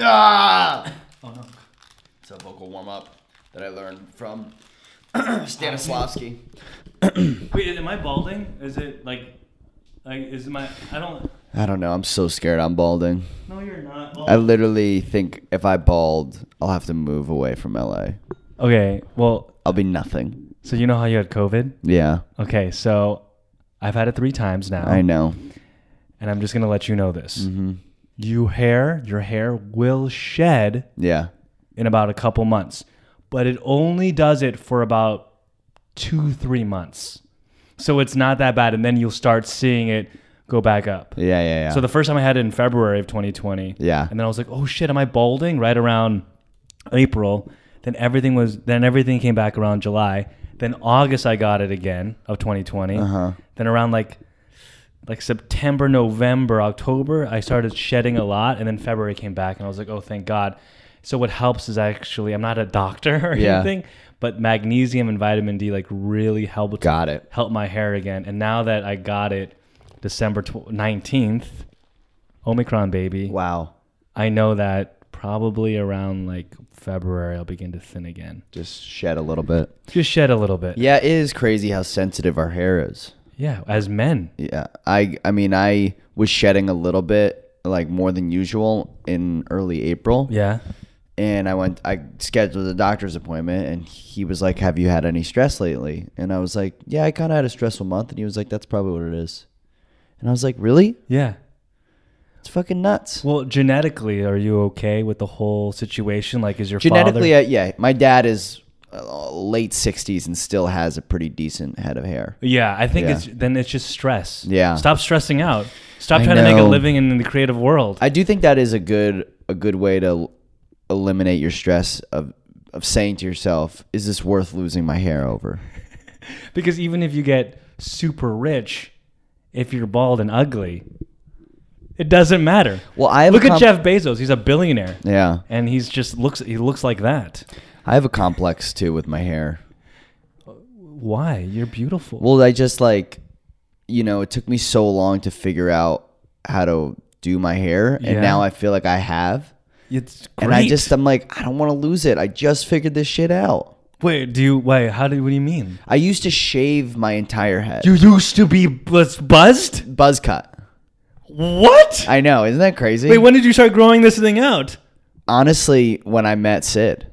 Ah! Oh no. It's a vocal warm up that I learned from Stanislavski. Wait, am I balding? Is it like, like is my? I don't. I don't know. I'm so scared I'm balding. No, you're not. I literally think if I bald, I'll have to move away from LA. Uh, Okay, well, I'll be nothing. so you know how you had COVID? Yeah, Okay, so I've had it three times now, I know. and I'm just gonna let you know this. You hair, your hair will shed Yeah. in about a couple months, but it only does it for about two, three months. So it's not that bad, and then you'll start seeing it go back up. Yeah, yeah, yeah. So the first time I had it in February of 2020. Yeah. And then I was like, oh shit, am I balding? Right around April. Then everything was. Then everything came back around July. Then August I got it again of 2020. Uh-huh. Then around like like September, November, October, I started shedding a lot, and then February came back, and I was like, oh thank God. So what helps is actually I'm not a doctor or Yeah. anything, but magnesium and vitamin D like really helped Got it. help my hair again. And now that I got it December tw- 19th, Omicron baby, Wow. I know that probably around like February I'll begin to thin again. Just shed a little bit. Just shed a little bit. Yeah, it is crazy how sensitive our hair is. Yeah, as men. Yeah. I I mean, I was shedding a little bit like more than usual in early April. Yeah. and I went I scheduled a doctor's appointment and he was like, "Have you had any stress lately?" And I was like, "Yeah, I kind of had a stressful month." And he was like, "That's probably what it is." And I was like, "Really? Yeah. It's fucking nuts." Well, genetically, are you okay with the whole situation? Like, is your Genetically, father? I, yeah, my dad is uh, late 60s and still has a pretty decent head of hair. yeah, I think Yeah. it's then it's just stress. Yeah. Stop stressing out. Stop I trying to make a know. living in the creative world. I do think that is a good a good way to l- eliminate your stress of of saying to yourself, "Is this worth losing my hair over?" Because even if you get super rich, if you're bald and ugly, it doesn't matter. Well, I have a look at comp- Jeff Bezos; he's a billionaire, Yeah. and he's just looks he looks like that. I have a complex too with my hair. Why? You're beautiful. Well, I just like, you know, it took me so long to figure out how to do my hair, and Yeah. now I feel like I have. it's great. And I just, I'm like, I don't want to lose it. I just figured this shit out. wait. Do you wait? How do? What do you mean? I used to shave my entire head, You used to be buzz- buzzed. buzz cut. What? I know, isn't that crazy? wait, when did you start growing this thing out? Honestly, when I met Sid,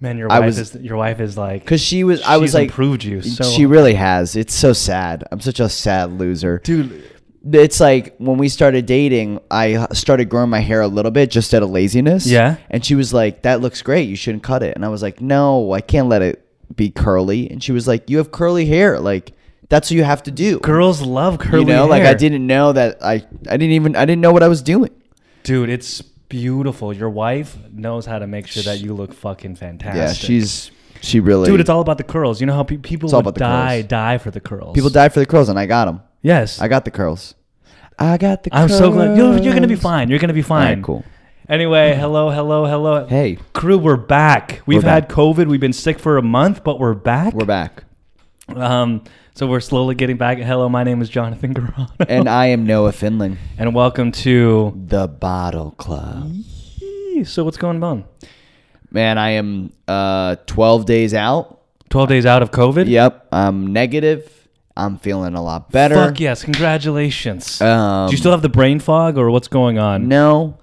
Man, your I wife was- is your wife is like because she was, I she's was like, improved you so. she really has. It's so sad. I'm such a sad loser. dude, it's like when we started dating, I started growing my hair a little bit just out of laziness. Yeah. And she was like, That looks great. You shouldn't cut it. And I was like, No, I can't let it be curly. And she was like, You have curly hair. Like, that's what you have to do. girls love curly you know, like I hair. didn't know that I I didn't even I didn't know what I was doing. Dude, it's beautiful. Your wife knows how to make sure that you look fucking fantastic. Yeah, she's she really Dude, it's all about the curls. You know how pe- people all would about the die curls. die for the curls. people died for the curls and I got them. Yes, I I got the curls. I got the am curls. so glad you're, you're gonna be fine. You're gonna be All fine. right, cool. Anyway, hello, hello, hello. Hey. crew, we're back. We've We're had back. COVID. We've been sick for a month, but we're back. We're back. Um, so we're slowly getting back. Hello, my name is Jonathan Garano, And I am Noah Finling. and welcome to. The Bottle Club. So what's going on? Man, I am uh, 12 days out. Twelve days out of COVID. Yep, I'm negative. I'm feeling a lot better. Fuck yes! Congratulations. Um, Do you still have the brain fog, or what's going on? No,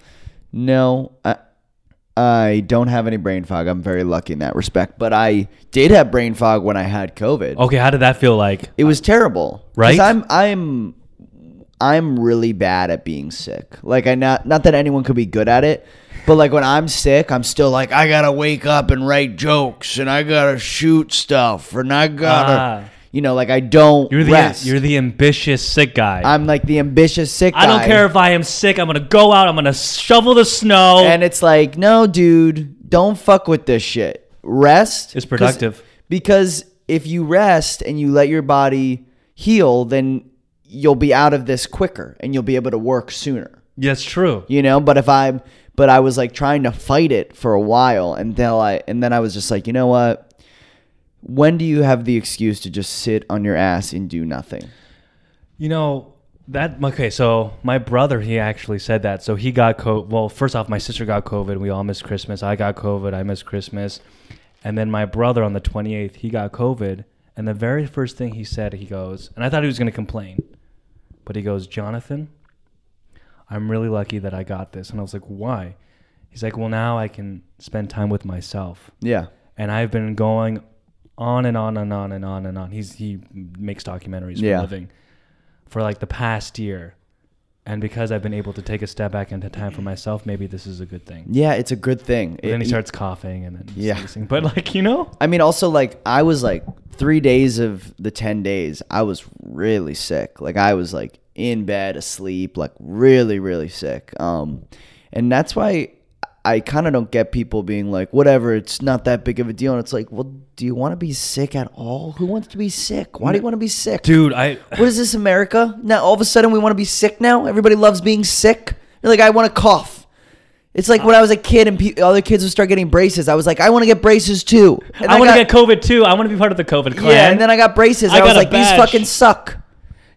no. I, I don't have any brain fog. I'm very lucky in that respect. But I did have brain fog when I had COVID. Okay, how did that feel like? It was terrible. 'Cause Right? I'm I'm I'm really bad at being sick. Like I not not that anyone could be good at it, but like when I'm sick, I'm still like I got to wake up and write jokes and I got to shoot stuff and I got to Ah. you know, like I don't You're the rest. you're the ambitious sick guy. I'm like the ambitious sick I don't guy. care if I am sick. I'm gonna go out. I'm gonna shovel the snow. And it's like, no, dude, don't fuck with this shit. Rest It's productive. 'Cause- Because if you rest and you let your body heal, then you'll be out of this quicker and you'll be able to work sooner. yes, true. You know, but if I'm but I was like trying to fight it for a while until I and then I was just like, you know what? When do you have the excuse to just sit on your ass and do nothing? You know, That okay? So my brother, he actually said that. So he got COVID. Well, first off, my sister got COVID. We all missed Christmas. I got COVID. I missed Christmas. And then my brother on the 28th, he got COVID. And the very first thing he said, he goes, and I thought he was going to complain, but he goes, Jonathan, I'm really lucky that I got this. And I was like, why? He's like, well, now I can spend time with myself Yeah. and I've been going on and on and on and on and on. He's he makes documentaries for Yeah. a living for like the past year, and because I've been able to take a step back into time for myself, maybe this is a good thing. Yeah, it's a good thing. But then It- he starts coughing and then Yeah. sneezing. But like you know, I mean, also like I was like three days of the ten days, I was really sick. Like I was like in bed asleep, like really, really sick. Um, and that's why I kind of don't get people being like, whatever, it's not that big of a deal. And it's like, well, do you want to be sick at all? Who wants to be sick? Why do you want to be sick, dude, I What is this, America? Now all of a sudden we want to be sick now. Everybody loves being sick. You're like, I want to cough. It's like when I was a kid and pe- other kids would start getting braces. I was like, I want to get braces too. And I want to got- get COVID too. I want to be part of the COVID clan. yeah, and then I got braces. I I, was got a like, badge. these fucking suck.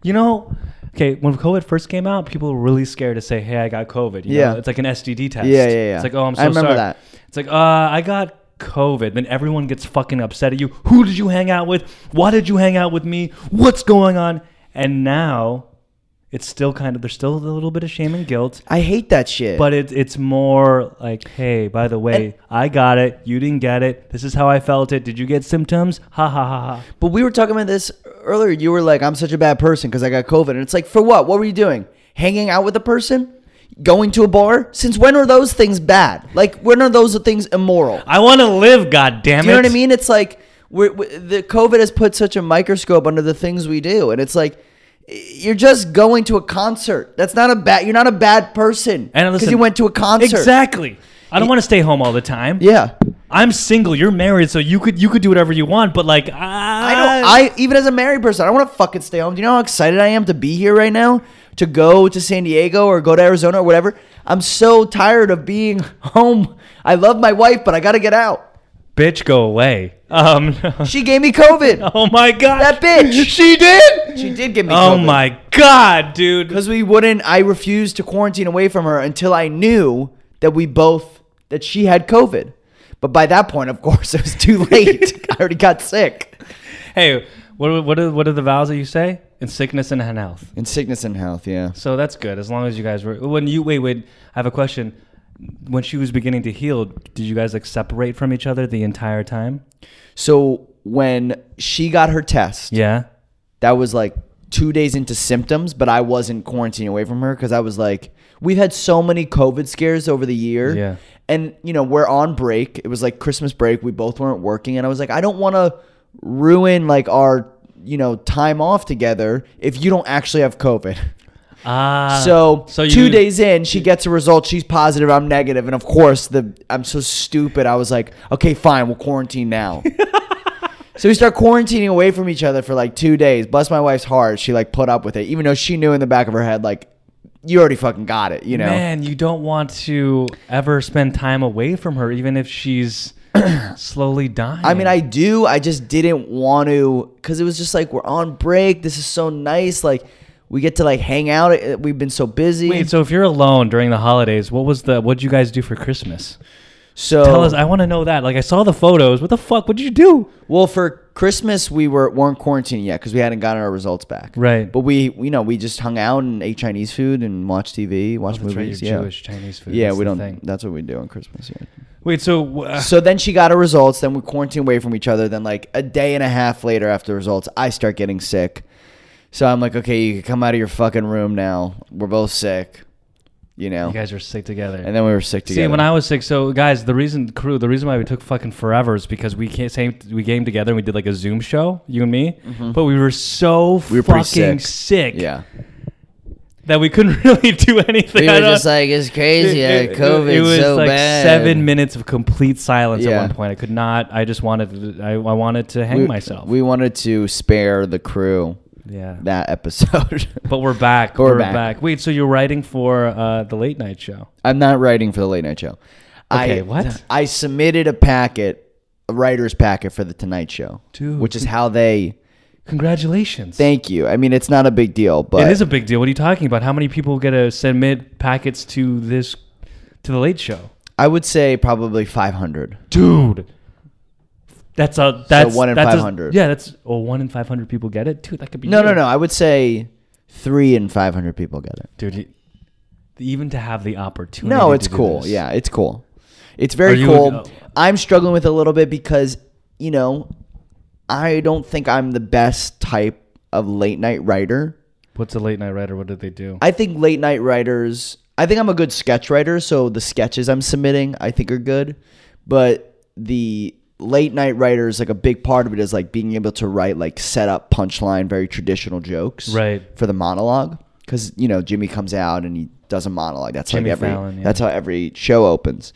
you know. Okay, when COVID first came out, people were really scared to say, "Hey, I got COVID." You Yeah. know? it's like an STD test. Yeah, yeah, yeah. It's like, "Oh, I'm so I remember sorry." that. It's like, uh, I got COVID. Then everyone gets fucking upset at you. Who did you hang out with? Why did you hang out with me? What's going on? And now, it's still kind of there's still a little bit of shame and guilt, I hate that shit. but it's it's more like, hey, by the way, And- I got it. You didn't get it. This is how I felt it. Did you get symptoms? Ha ha ha ha. but we were talking about this earlier. You were like, I'm such a bad person because I got COVID. And it's like, for what? What were you doing? Hanging out with a person? Going to a bar? Since when are those things bad? Like, when are those things immoral? I want to live. God damn Do you know what I mean? It's like we're, we the COVID has put such a microscope under the things we do, and it's like you're just going to a concert. That's not a bad. You're not a bad person And listen, you went to a concert. Exactly. I don't want to stay home all the time. Yeah. I'm single. You're married, so you could you could do whatever you want. But like, I, I Uh, don't. I even as a married person, I don't want to fucking stay home. Do you know how excited I am to be here right now? To go to San Diego or go to Arizona or whatever. I'm so tired of being home. I love my wife, but I got to get out. bitch, go away. Um, She gave me COVID. oh my god, That bitch. She did. She did give me. Oh COVID. my god, dude. because we wouldn't i refused to quarantine away from her until i knew that we both that she had covid but by that point of course it was too late i already got sick Hey, what are- what are, what are the vows that you say in sickness and in health? in sickness and health yeah So that's good as long as you guys were. When you wait, wait, I have a question. When she was beginning to heal, did you guys like separate from each other the entire time? so when she got her test Yeah. that was like two days into symptoms, but I wasn't quarantining away from her because I was like, we've had so many COVID scares over the year. Yeah. And, you know, we're on break. It was like Christmas break. We both weren't working. And I was like, I don't want to ruin like our, you know, time off together if you don't actually have COVID. Ah. so, so two you- days in, she gets a result. She's positive. I'm negative, and of course, the I'm so stupid. I was like, okay, fine, we'll quarantine now. so we start quarantining away from each other for like two days. Bless my wife's heart, she like put up with it, even though she knew in the back of her head like, you already fucking got it, you know. Man, you don't want to ever spend time away from her, even if she's slowly dying. I mean, I do. I just didn't want to because it was just like we're on break. This is so nice. Like we get to like hang out. Uh, We've been so busy. wait. So if you're alone during the holidays, what was the? What did you guys do for Christmas? so Tell us. I want to know that. Like, I saw the photos. What the fuck? What did you do? Well, for Christmas we were weren't quarantined yet because we hadn't gotten our results back. Right. But we, you know, we just hung out and ate Chinese food and watched TV, watched Oh, That's right. movies. You're yeah. Jewish, Chinese food. yeah, That's we the don't. thing. That's what we do on Christmas. Yeah. Wait. So uh, so then she got her results. Then we quarantined away from each other. Then like a day and a half later after the results, I start getting sick. So I'm like, okay, you can come out of your fucking room now. We're both sick. You know. you guys are sick together. and then we were sick together. See, when I was sick, so guys, the reason crew, the reason why we took fucking forever is because we came, same, we came together and we did like a Zoom show, you and me, but we were so Mm-hmm. We were pretty fucking sick. sick. yeah. that we couldn't really do anything. We I were don't- just like, it's crazy. It- it- COVID it was so like bad. seven minutes of complete silence Yeah. at one point. I could not. I just wanted. To, I, I wanted to hang we, myself. We wanted to spare the crew yeah. that episode. but we're back. We're We're, back. back. Wait. So you're writing for uh, the late night show? I'm not writing for the late night show. Okay, I, what? I submitted a packet, a writer's packet for the Tonight Show, Dude. which is how they Congratulations. Thank you. I mean, it's not a big deal, but it is a big deal. What are you talking about? How many people get to submit packets to this to the late show? I would say probably 500. Dude. That's a that's one in that's a- 500. yeah, that's oh, one in five hundred people get it. Dude, that could be No, no, you. no. I would say three and 500 people get it. dude. you- even to have the opportunity. No, to it's do cool. this. Yeah, it's cool. It's Are very you- cool. uh, I'm struggling with it a little bit because, you know, I don't think I'm the best type of late night writer. What's a late night writer? What did they do? I think late night writers, I think I'm a good sketch writer, so the sketches I'm submitting I think are good, but the late night writers like a big part of it is like being able to write like set up punchline very traditional jokes Right. for the monologue cuz you know Jimmy comes out and he does a monologue that's Jimmy like every Fallon, yeah. that's how every show opens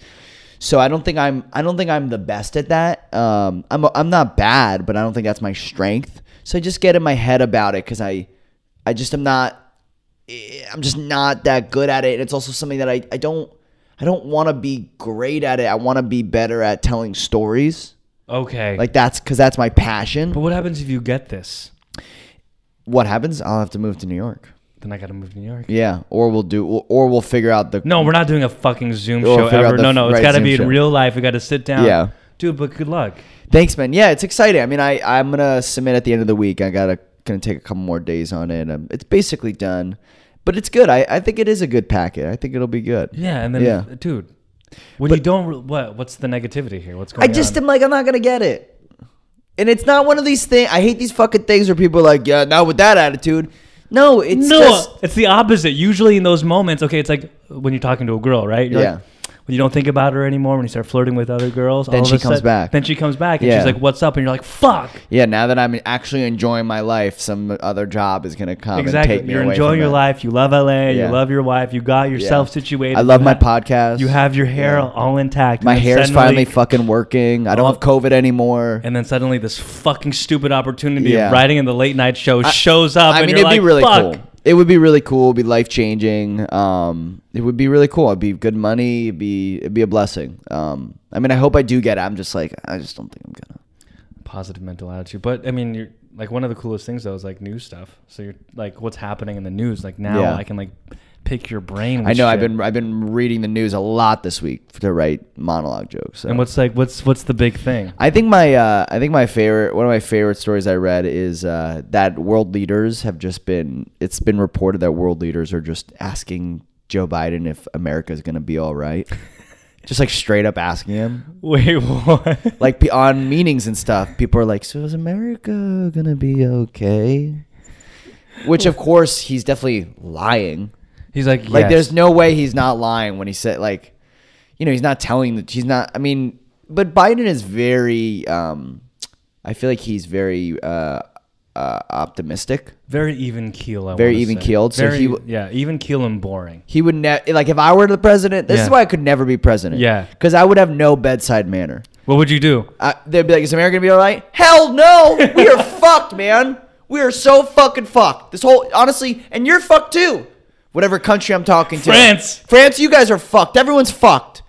so I don't think I'm I don't think I'm the best at that. Um, I'm I'm not bad, but I don't think that's my strength. So I just get in my head about it because I I just am not eh, I'm just not that good at it. And it's also something that I, I don't I don't want to be great at it. I want to be better at telling stories. okay. Like that's because that's my but passion. what happens if you get this? What happens? I'll have to move to New York. Then I gotta move to New York. Yeah, or we'll do or we'll figure out the No, we're not doing a fucking Zoom We'll show figure out ever. the No, no, it's right got to Zoom be in show. real life. We got to sit down. Yeah. dude. But good luck. Thanks, man. Yeah, it's exciting. I mean, I I'm gonna submit at the end of the week. I gotta gonna take a couple more days on it. Um, it's basically done, but it's good. I I think it is a good packet. I think it'll be good. Yeah, and then Yeah. dude, when you But- don't, re- what what's the negativity here? What's I going on? just am like I'm not gonna get it, and it's not one of these things. I hate these fucking things where people are like, yeah, not with that attitude. No, it's no, just it's the opposite. Usually in those moments, okay, it's like when you're talking to a girl, right? You're Yeah. Like, when you don't think about her anymore, when you start flirting with other girls, Then all of she a comes sudden- back. Then she comes back, and Yeah. she's like, "What's up?" And you're like, "Fuck." yeah. Now that I'm actually enjoying my life, some other job is gonna come exactly. um, and take me You're away enjoying from your that. life. You love LA. Yeah. You love your wife. You got yourself situated. I love You my ha- podcast. You have your hair Yeah. all intact. My and then hair's suddenly- finally fucking working. I don't Oh. have COVID anymore. And then suddenly, this fucking stupid opportunity Yeah. of writing in the late night show shows up. I and mean, you're it'd be like, really "Fuck." cool. It would be really cool. It'd be life changing. Um, it would be really cool. It'd be good money. It'd be it'd be a blessing. Um, I mean, I hope I do get it. I'm just like, I just don't think I'm gonna. positive mental attitude. But I mean, you're like one of the coolest things though is like news stuff. So you're like, what's happening in the news? Like now, Yeah. I can like pick your brain. I with know I've shit. been I've been reading the news a lot this week to write monologue jokes. so. And what's like, what's what's the big thing? I think my uh, I think my favorite one of my favorite stories I read is uh, that world leaders have just been it's been reported that world leaders are just asking Joe Biden if America's gonna be all right, just like straight up asking him. Wait, what? like pe- on meetings and stuff, people are like, "So is America gonna be okay?" Which of course he's definitely lying. He's like, Like, yes. there's no way he's not lying when he said, like, you know, he's not telling that he's not. I mean, but Biden is very. um I feel like he's very uh, uh optimistic. very even keel. I Very wanna even say. keeled, so Very, he w- yeah, even keel and boring. He would never like if I were the president. This is Yeah. why I could never be president. Yeah. because I would have no bedside manner. What would you do? I, Uh, they'd be like, "Is America gonna be all right?" Hell no, we are fucked, man. We are so fucking fucked. This whole honestly, and you're fucked too. Whatever country I'm talking to, France. France, you guys are fucked. Everyone's fucked.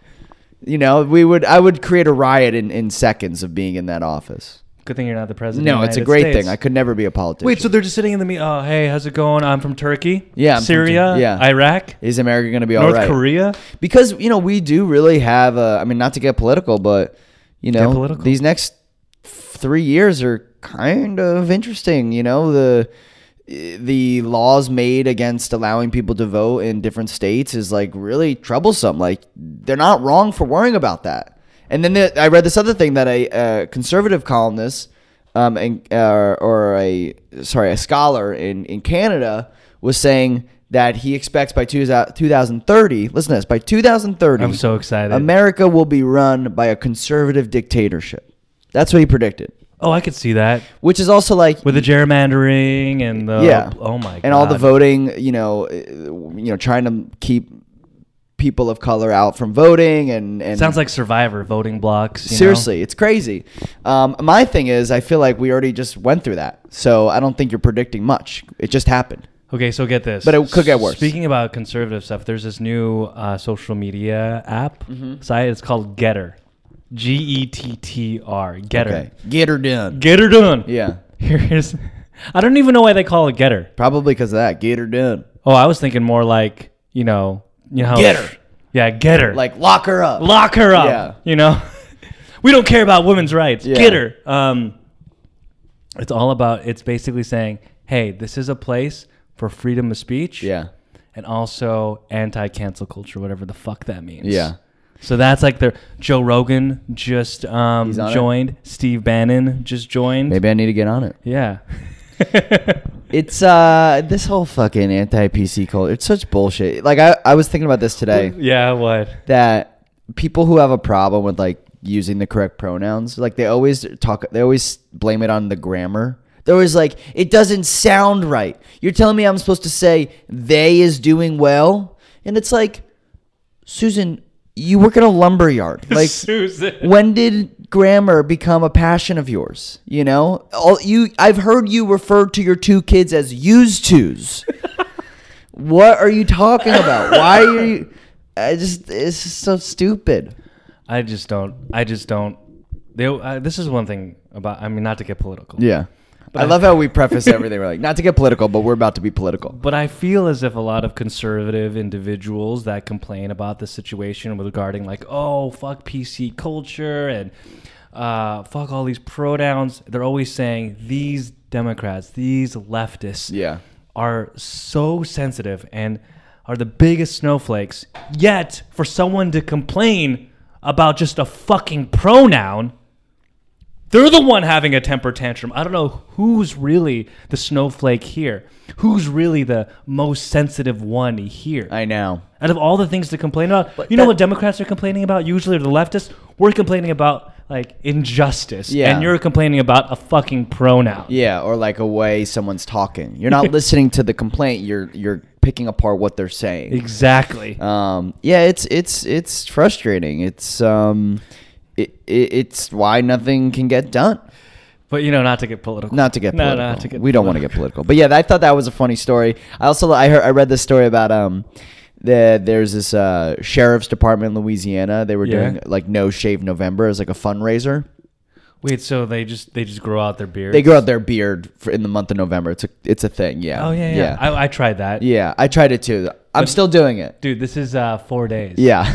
You know, we would, I would create a riot in, in seconds of being in that office. Good thing you're not the president. of No, the it's a United great States. thing. I could never be a politician. Wait, so they're just sitting in the meet. Oh, hey, how's it going? I'm from Turkey. Yeah, I'm from Syria. Turkey. Yeah. Iraq. is America gonna be all North right? Korea. because you know we do really have a, i mean not to get political but you know political. these next three years are kind of interesting you know the the laws made against allowing people to vote in different states is like really troublesome like they're not wrong for worrying about that and then the, i read this other thing that a, uh conservative columnist um, and, uh, or a sorry a scholar in, in canada was saying that he expects by 2000 2030 listen to this by 2030 I'm so excited. America will be run by a conservative dictatorship. That's what he predicted, Oh, I could see that. which is also like with the gerrymandering and the yeah, oh my god and all the voting. You know, uh, you know, trying to keep people of color out from voting and and sounds like survivor voting blocks you know? seriously, it's crazy. Um, my thing is, I feel like we already just went through that, so I don't think you're predicting much. It just happened. okay so get this But it could get worse. speaking about conservative stuff there's this new uh, social media app Mm-hmm. site it's called getter E g-e-t-t-r getter Okay. Get her done. getter done Yeah. here's I don't even know why they call it getter. Probably because of that. Get her done. Oh, I was thinking more like you know, you know, how- Get her. Yeah, get her. Like lock her up. lock her up. Yeah. You know, we don't care about women's rights. Yeah. Get her. Um, it's all about. It's basically saying, hey, this is a place for freedom of speech. yeah. and also anti-cancel culture, whatever the fuck that means. Yeah. So that's like their Joe Rogan just um, He's on it? joined. Steve Bannon just joined. Maybe I need to get on it. Yeah. It's uh this whole fucking anti PC culture. It's such bullshit. Like I, I was thinking about this today yeah. What? that people who have a problem with like using the correct pronouns, like they always talk they always blame it on the grammar. They're always like, it doesn't sound right. You're telling me I'm supposed to say they is doing well? And it's like, Susan, you work at a lumber yard. Like Susan. when did grammar become a passion of yours? You know, all you I've heard you refer to your two kids as used twos. what are you talking about? Why are you? I just it's just so stupid. I just don't. I just don't. They, uh, this is one thing about. I mean, not to get political. Yeah, I love how we preface everything. We're like, not to get political, but we're about to be political. But I feel as if a lot of conservative individuals that complain about the situation regarding like, oh, fuck PC culture and uh, fuck all these pronouns, they're always saying these Democrats, these leftists Yeah. are so sensitive and are the biggest snowflakes. Yet, for someone to complain about just a fucking pronoun, they're the one having a temper tantrum. I don't know who's really the snowflake here. Who's really the most sensitive one here? I know. Out of all the things to complain about, But you know that- what Democrats are complaining about? Usually, or the leftists, we're complaining about like injustice, Yeah. and you're complaining about a fucking pronoun. Yeah, or like a way someone's talking. You're not listening to the complaint. You're you're picking apart what they're saying. Exactly. um yeah it's it's it's frustrating it's um it, it, it's why nothing can get done But you know, not to get political. not to get No, political. not to get. we don't want to get political but yeah i thought that was a funny story i also i heard i read this story about um the, there's this uh, sheriff's department in Louisiana. They were Yeah. doing like No Shave November as like a fundraiser. Wait, so they just they just grow out their beard? They grow out their beard for, in the month of November. It's a it's a thing. Yeah. Oh yeah, yeah. yeah. I, I tried that. Yeah, I tried it too. I'm still doing it. Dude, this is uh, four days. Yeah,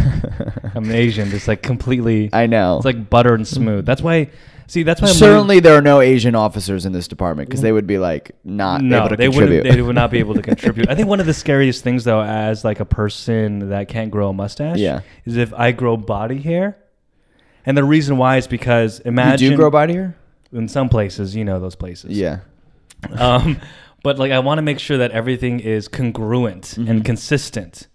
I'm Asian. It's like completely. I know. It's like butter and smooth. That's why. See, that's why. I'm Certainly, there are no Asian officers in this department because they would be like not really- no, able to they contribute. wouldn't. They would not be able to contribute. I think one of the scariest things, though, as like a person that can't grow a mustache, Yeah. is if I grow body hair. And the reason why is because you imagine do grow body hair? in some places, you know those places. Yeah, um, but like I want to make sure that everything is congruent Mm-hmm. and consistent.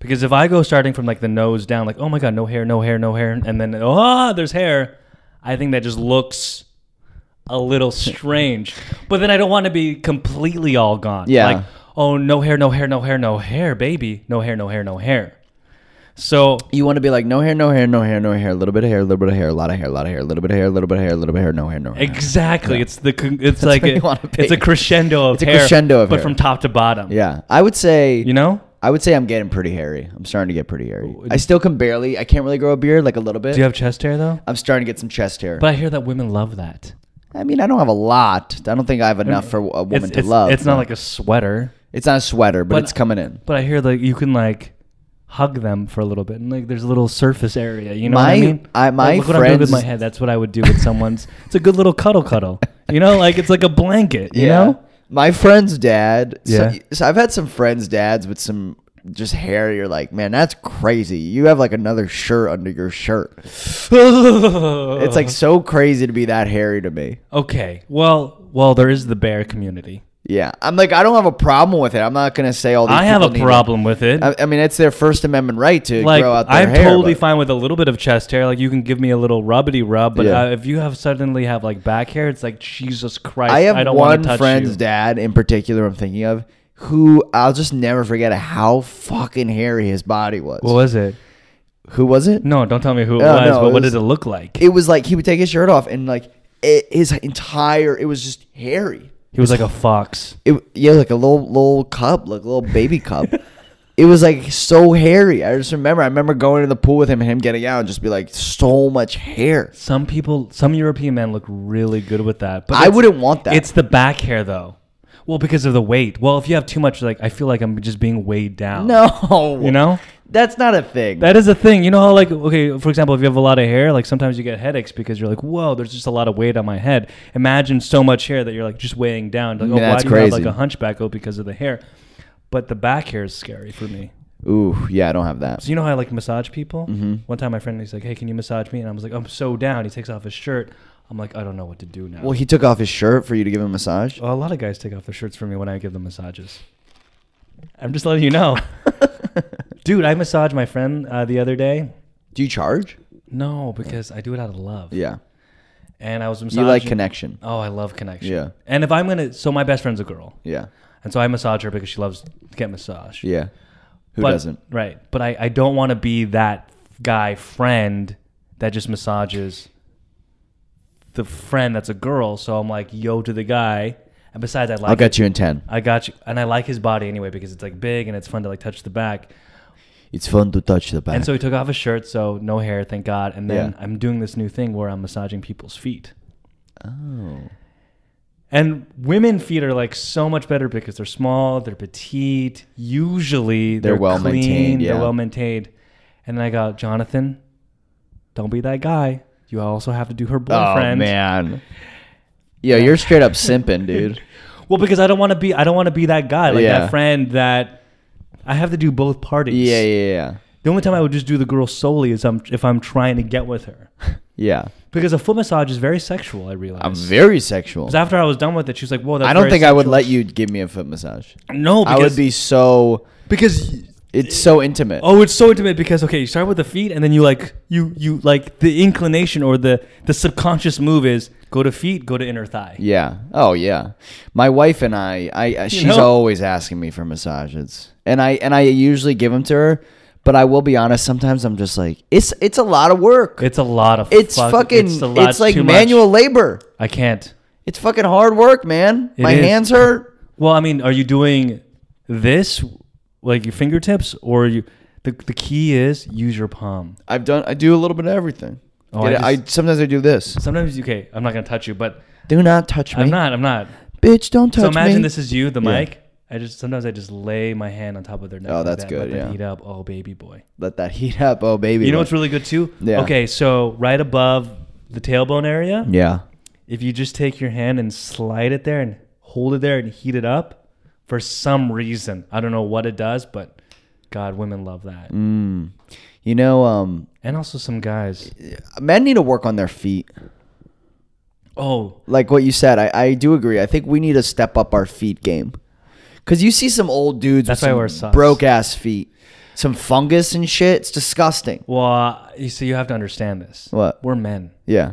Because if I go starting from like the nose down, like oh my god, no hair, no hair, no hair, and then oh there's hair, I think that just looks a little strange. but then I don't want to be completely all gone. Yeah. Like oh no hair, no hair, no hair, no hair, baby, no hair, no hair, no hair. So you want to be like no hair, no hair, no hair, no hair, a little bit of hair, a little bit of hair, a lot of hair, a lot of hair, a little bit of hair, a little bit of hair, a little bit of hair, no hair, no hair. exactly, it's the con- it's like where you a, wanna it's be. a crescendo of It's a hair, crescendo of but hair. from top to bottom. yeah, I would say You know. I would say I'm getting pretty hairy. I'm starting to get pretty hairy. I still can barely. I can't really grow a beard, like a little bit. Do you have chest hair though? I'm starting to get some chest hair. But I hear that women love that. I mean, I don't have a lot. I don't think I have enough for a woman it's, to it's- love. It's not but- like a sweater, it's not a sweater, but, But- it's coming in. but I hear that you can like hug them for a little bit, and like there's a little surface area. You know My- what I mean? I- my like, look what I'm doing with my friends- head. That's what I would do with someone's. it's a good little cuddle, cuddle. You know, like it's like a blanket. You know? My friend's dad. Yeah. Yeah. So, so I've had some friends' dads with some just hair. You're like, man, that's crazy. You have like another shirt under your shirt. It's Uh-huh. like so crazy to be that hairy to me. okay, well, well, there is the bear community. Yeah. I'm like, I don't have a problem with it. I'm not going to say all these I have people a need it. problem with it. I, I mean, it's their First Amendment right to like grow out their I'm hair. totally but- fine with a little bit of chest hair. Like you can give me a little rubbity rub, but Yeah. uh, if you have suddenly have like back hair, it's like Jesus Christ. I have I don't want one to touch friend's you. dad in particular I'm thinking of who I'll just never forget how fucking hairy his body was. What was it? who was it? No, don't tell me who it Oh, was, no, but it what was- did it look like? it was like he would take his shirt off and like it, his entire it was just hairy. he was like a fox. It yeah, like a little little cub, like a little baby cub. it was like so hairy. I just remember. I remember going to the pool with him and him getting out and just be like so much hair. Some people, some European men look really good with that. But I it's- wouldn't want that. It's the back hair though. Well, because of the weight. Well, if you have too much, like I feel like I'm just being weighed down. no, You know? that's not a thing. That is a thing. You know how like okay, for example, if you have a lot of hair, like sometimes you get headaches because you're like, whoa, there's just a lot of weight on my head. Imagine so much hair that you're like just weighing down. Like, oh, Yeah, why that's do you have crazy. like a hunchback? Oh, because of the hair. But the back hair is scary for me. Ooh, yeah, I don't have that. So you know how I like massage people? Mm-hmm. One time my friend he's like, Hey, can you massage me? And I was like, I'm so down. He takes off his shirt. I'm like, I don't know what to do now. Well, he took off his shirt for you to give him a massage. Well, a lot of guys take off their shirts for me when I give them massages. I'm just letting you know. Dude, I massaged my friend uh, the other day. Do you charge? No, because I do it out of love. Yeah, And I was you massaging. like connection. Oh, I love connection. Yeah. And if I'm going to, so my best friend's a girl. Yeah, And so I massage her because she loves to get massaged. yeah. Who But- doesn't? Right. But I, I don't want to be that guy friend that just massages the friend that's a girl. So I'm like, yo to the guy. And besides, I like I'll get you in ten. I got you, and I like his body anyway because it's like big and it's fun to like touch the back. It's fun to touch the back. And so he took off his shirt, so no hair, thank God. And then Yeah. I'm doing this new thing where I'm massaging people's feet, oh, and women feet are like so much better because they're small, they're petite. Usually They're they're, well-maintained, clean, yeah. They're well maintained. And then I got Jonathan. Don't be that guy. You also have to do her oh boyfriend. man. Yo, you're straight up simping, dude. Well, because I don't want to be I don't want to be that guy like Yeah. that friend that I have to do both parties. Yeah, yeah, yeah. The only time I would just do the girl solely is I'm, if I'm trying to get with her. Yeah. Because a foot massage is very sexual, I realized. I'm very sexual. 'Cause after I was done with it, she was like, whoa, that's I don't very think I would sexual." let you give me a foot massage. No, because, I would be so. Because, It's so intimate. oh, it's so intimate because, okay, you start with the feet and then you like, you, you like the inclination or the, the subconscious move is go to feet, go to inner thigh. Yeah. Oh yeah. My wife and I. I I- she's know- always asking me for massages, and I and I usually give them to her. But I will be honest. Sometimes I'm just like, it's it's a lot of work. It's a lot of It's fuck- fucking. It's, a lot like too much. manual labor. I can't. It's fucking hard work, man. It My is. hands hurt. Well, I mean, are you doing this, like your fingertips, or are you, the, the key is use your palm. I've done. I do a little bit of everything. Oh, Get it? I I, just- sometimes I do this. Sometimes, okay, I'm not going to touch you, but Do not touch me, I'm not. I'm not. bitch. Don't touch so imagine me. this is you, the Yeah. mic. I just sometimes I just lay my hand on top of their neck. Oh, like that's that, good, Let yeah. That heat up. Oh, baby boy. Let that heat up. Oh baby. You know Let- what's really good too? Yeah. Okay, so right above the tailbone area, Yeah. if you just take your hand and slide it there and hold it there and heat it up, for some reason I don't know what it does, but God, women love that. Mm. You know, um, And also some guys. men need to work on their feet. Oh, like what you said, I, I do agree. I think we need to step up our feet game. Cause you see some old dudes That's why I wear with some socks. broke ass feet, some fungus and shit. It's disgusting. well, you see, you have to understand this. What? We're men. Yeah,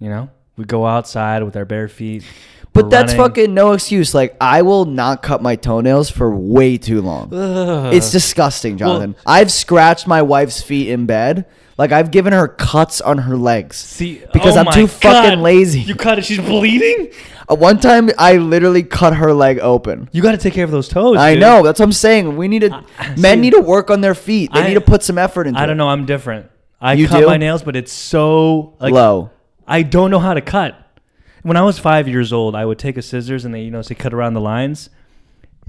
You know, we go outside with our bare feet. but we're that's running. fucking no excuse. Like I will not cut my toenails for way too long. Ugh. It's disgusting, Jonathan. I've scratched my wife's feet in bed. Like I've given her cuts on her legs. See, because oh I'm my too fucking God. lazy. You cut it. She's bleeding. Uh, One time, I literally cut her leg open. You got to take care of those toes. I dude. know. That's what I'm saying. We need to. I- men see- need to work on their feet. They I- need to put some effort into. I it. don't know. I'm different. I You cut do? my nails, but it's so like, Low. I don't know how to cut. When I was five years old, I would take a scissors and they, you know, say cut around the lines.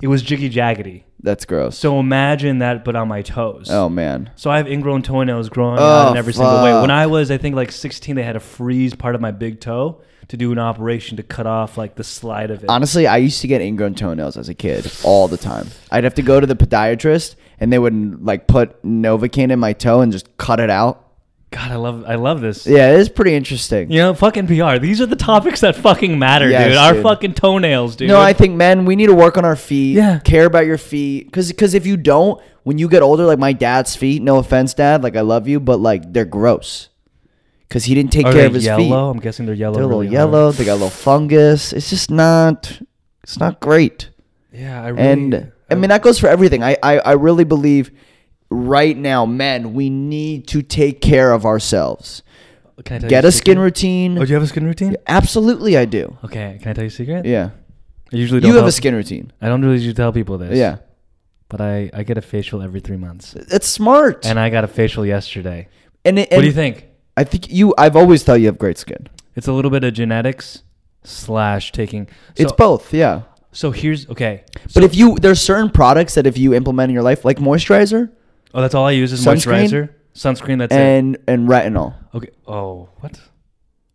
It was jiggy jaggedy. That's gross. So imagine that, but on my toes. oh man. So I have ingrown toenails growing Oh, out in every single way. When fuck. I was, I think, like 16, they had to freeze part of my big toe to do an operation to cut off like the slide of it. Honestly, I used to get ingrown toenails as a kid all the time. I'd have to go to the podiatrist, and they would like put Novocaine in my toe and just cut it out. God, I love, I love this. Yeah, it is pretty interesting. You know, fucking PR. These are the topics that fucking matter, Yes, dude. Our dude. fucking toenails, dude. No, I think men, we need to work on our feet. Yeah. Care about your feet. Cause, 'cause if you don't, when you get older, like my dad's feet, no offense, dad, like I love you, but like they're gross. Cause he didn't take are care they of his yellow? feet. I'm guessing they're yellow. They're a little really yellow, they got a little fungus. It's just not it's not great. hard. Yeah, I really. And I mean that goes for everything. I, I, I really believe right now, men, we need to take care of ourselves. can I tell Get you a skin secret? routine. Oh, do you have a skin routine? Absolutely I do. Okay, can I tell you a secret? Yeah. I usually don't You have tell- a skin routine. I don't really usually tell people this. Yeah. but I, I get a facial every three months, That's smart. and I got a facial yesterday. and, it- what do and you think? I think you. I've always thought you have great skin. It's a little bit of genetics slash taking. So, it's both, yeah. So here's okay. but if you, there's certain products that if you implement in your life, like moisturizer Oh, that's all I use is Sunscreen? moisturizer, sunscreen. That's it. and and retinol. Okay. Oh, what?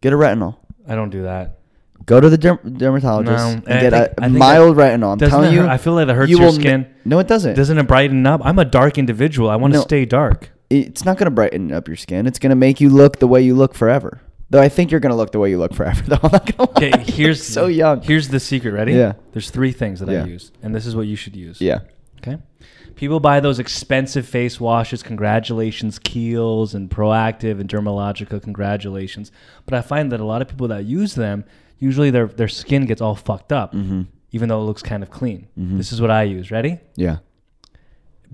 Get a retinol. I don't do that. Go to the derm- dermatologist No, and, and I get think- a I think mild retinol. I'm doesn't telling it you, hurt- I feel like it hurts you your will ne- skin. no, it doesn't. Doesn't it brighten up? I'm a dark individual. I want to No. stay dark. It's not going to brighten up your skin. It's going to make you look the way you look forever. Though I think you're going to look the way you look forever. Though I'm not going to. Okay, here's so young. Here's the secret. Ready? Yeah. There's three things that Yeah. I use, and this is what you should use. yeah. Okay. People buy those expensive face washes, congratulations, Kiehl's and Proactive and Dermalogica, congratulations. But I find that a lot of people that use them, usually their their skin gets all fucked up, Mm-hmm. even though it looks kind of clean. This is what I use. Ready? Yeah.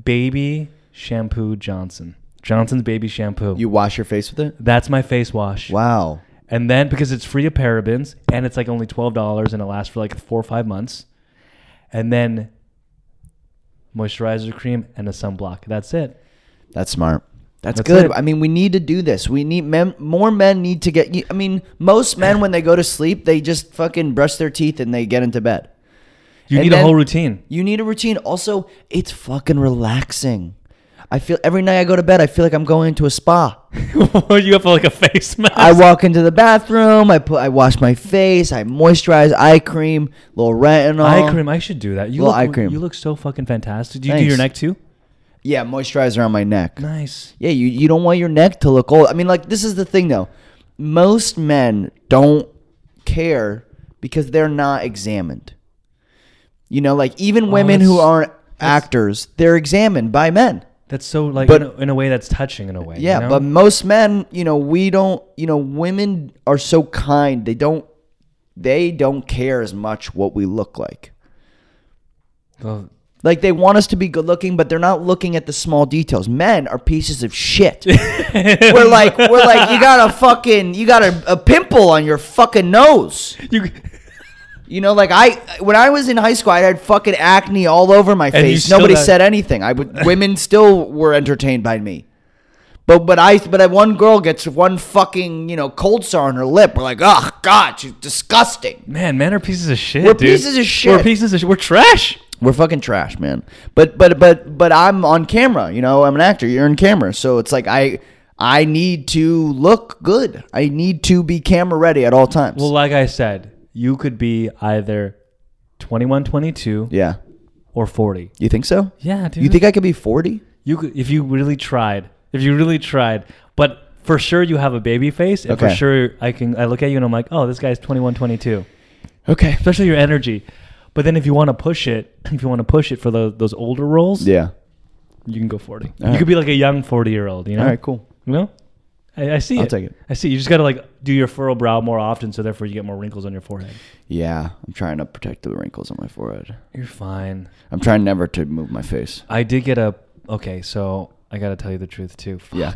Baby shampoo Johnson. Johnson's baby shampoo. You wash your face with it. That's my face wash. Wow. And then because it's free of parabens and it's like only twelve dollars and it lasts for like four or five months, and then moisturizer cream and a sunblock. That's it. That's smart. That's, That's good. it. I mean, we need to do this. We need men. More men need to get. I mean, most men when they go to sleep, they just fucking brush their teeth and they get into bed. You And need a then- whole routine. You need a routine. Also, it's fucking relaxing. I feel every night I go to bed, I feel like I'm going to a spa. you have like a face mask. I walk into the bathroom. I put. I wash my face. I moisturize. Eye cream. Little retinol. eye cream. I should do that. You Little look, eye cream. You look so fucking fantastic. Do you do Thanks. your neck too? Yeah, moisturizer on my neck. Nice. Yeah, you, you don't want your neck to look old. I mean, like this is the thing though. Most men don't care because they're not examined. You know, like even women who that's- aren't actors, they're examined by men. That's so like But- in, a, in a way that's touching in a way. you Yeah, know? but most men, you know, we don't, you know, women are so kind. They don't they don't care as much what we look like. Well, Like they want us to be good looking, but they're not looking at the small details. Men are pieces of shit. we're like we're like you got a fucking you got a, a pimple on your fucking nose. you You know, like I when I was in high school, I had fucking acne all over my you face. still Nobody had- said anything. I would women still were entertained by me. But but I but I, one girl gets one fucking you know cold sore on her lip. We're like, oh god, she's disgusting. man, men are pieces of shit. We're dude. pieces of We're shit. pieces of shit. We're trash. We're fucking trash, man. But but but but I'm on camera. You know, I'm an actor. You're in camera, so it's like I I need to look good. I need to be camera ready at all times. Well, like I said, you could be either 21, 22, yeah, or 40. you think so? Yeah, dude. You think I could be forty? you could, if you really tried, if you really tried, but for sure you have a baby face, and for Okay. sure I can, I look at you and I'm like, oh, this guy's 21, 22, Okay. especially your energy. But then if you want to push it, if you want to push it for tho- those older roles, Yeah. you can go 40. you right. could be like a young 40 year old, you know? All right. Cool. You know? I, I see I'll it. take it. I see. You just got to like do your furrow brow more often, so therefore you get more wrinkles on your forehead. Yeah, I'm trying to protect the wrinkles on my forehead. You're fine. I'm trying never to move my face. I did get a okay, so I gotta tell you the truth too. Fuck. Yeah.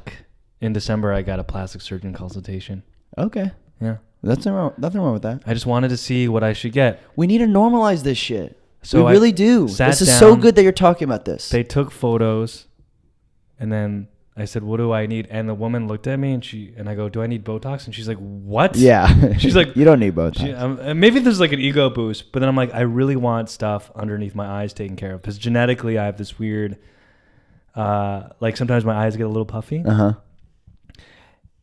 In December I got a plastic surgeon consultation. Okay, Yeah. that's nothing wrong, nothing wrong with that. I just wanted to see what I should get. We need to normalize this shit. So we I really do. sat This is so down. good that you're talking about this. They took photos and then I said, What do I need? And the woman looked at me and she and I go, Do I need Botox? And she's like, What? yeah, She's like- you don't need both. She, um, and maybe there's like an ego boost, but then I'm like, I really want stuff underneath my eyes taken care of because genetically I have this weird, uh, like sometimes my eyes get a little puffy. uh huh.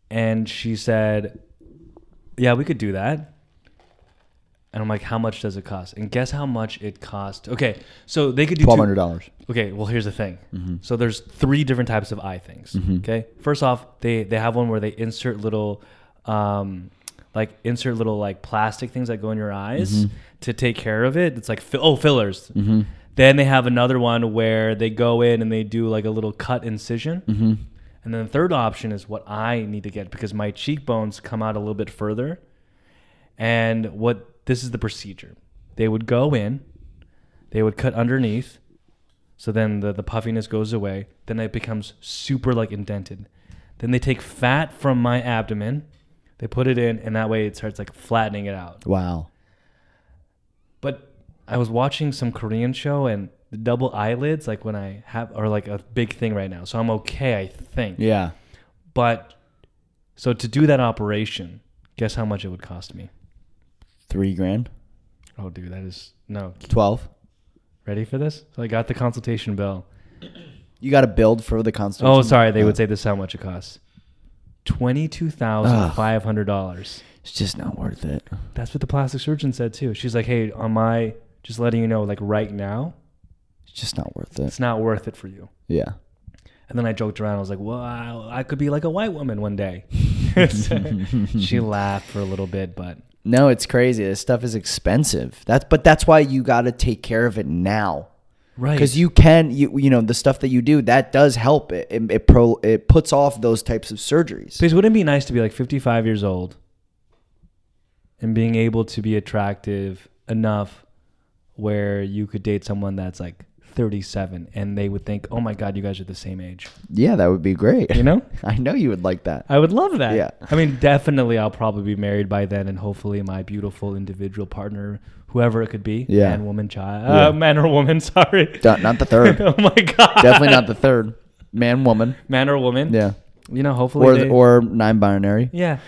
And she said, Yeah, we could do that. And I'm like, How much does it cost? And guess how much it cost? Okay, so they could do two- Twelve hundred Mm-hmm. dollars. Okay, well here's the thing. So there's three different types of eye things. Mm-hmm. Okay, first off, they they have one where they insert little, um, like insert little like plastic things that go in your eyes Mm-hmm. to take care of it. It's like fill oh fillers. Then they have another one where they go in and they do like a little cut incision. Mm-hmm. And then the third option is what I need to get because my cheekbones come out a little bit further. And what this is the procedure. They would go in, they would cut underneath, so then the, the puffiness goes away. Then it becomes super like indented. Then they take fat from my abdomen, they put it in, and that way it starts like flattening it out. Wow. But I was watching some Korean show and the double eyelids, like when I have, are like a big thing right now. So I'm okay, I think. Yeah. But so to do that operation, guess how much it would cost me? Three grand. Oh, dude, that is no. Twelve. Ready for this? So I got the consultation bill. You got to build for the constant. Oh, sorry, they would say this is how much it costs. Twenty-two thousand five hundred dollars. It's just not worth it. That's what the plastic surgeon said too. She's like, "Hey, on my, just letting you know, like right now, It's just not worth it. it's not worth it for you." Yeah. And then I joked around. I was like, "Well, I, I could be like a white woman one day." she laughed for a little bit, but No, it's crazy. This stuff is expensive. That's but that's why you got to take care of it now. right, because you can you you know the stuff that you do that does help it it, it pro it puts off those types of surgeries Because wouldn't it be nice to be like 55 years old and being able to be attractive enough where you could date someone that's like 37 and they would think, oh my God, you guys are the same age? yeah that would be great You know? i know you would like that I would love that. Yeah. I mean, definitely, I'll probably be married by then, and hopefully, my beautiful individual partner, whoever it could be, Yeah. man, woman, child, Yeah. uh, man or woman, sorry. Not- not the third oh my god, definitely not the third man woman man or woman. yeah You know, hopefully, or they- or non-binary yeah.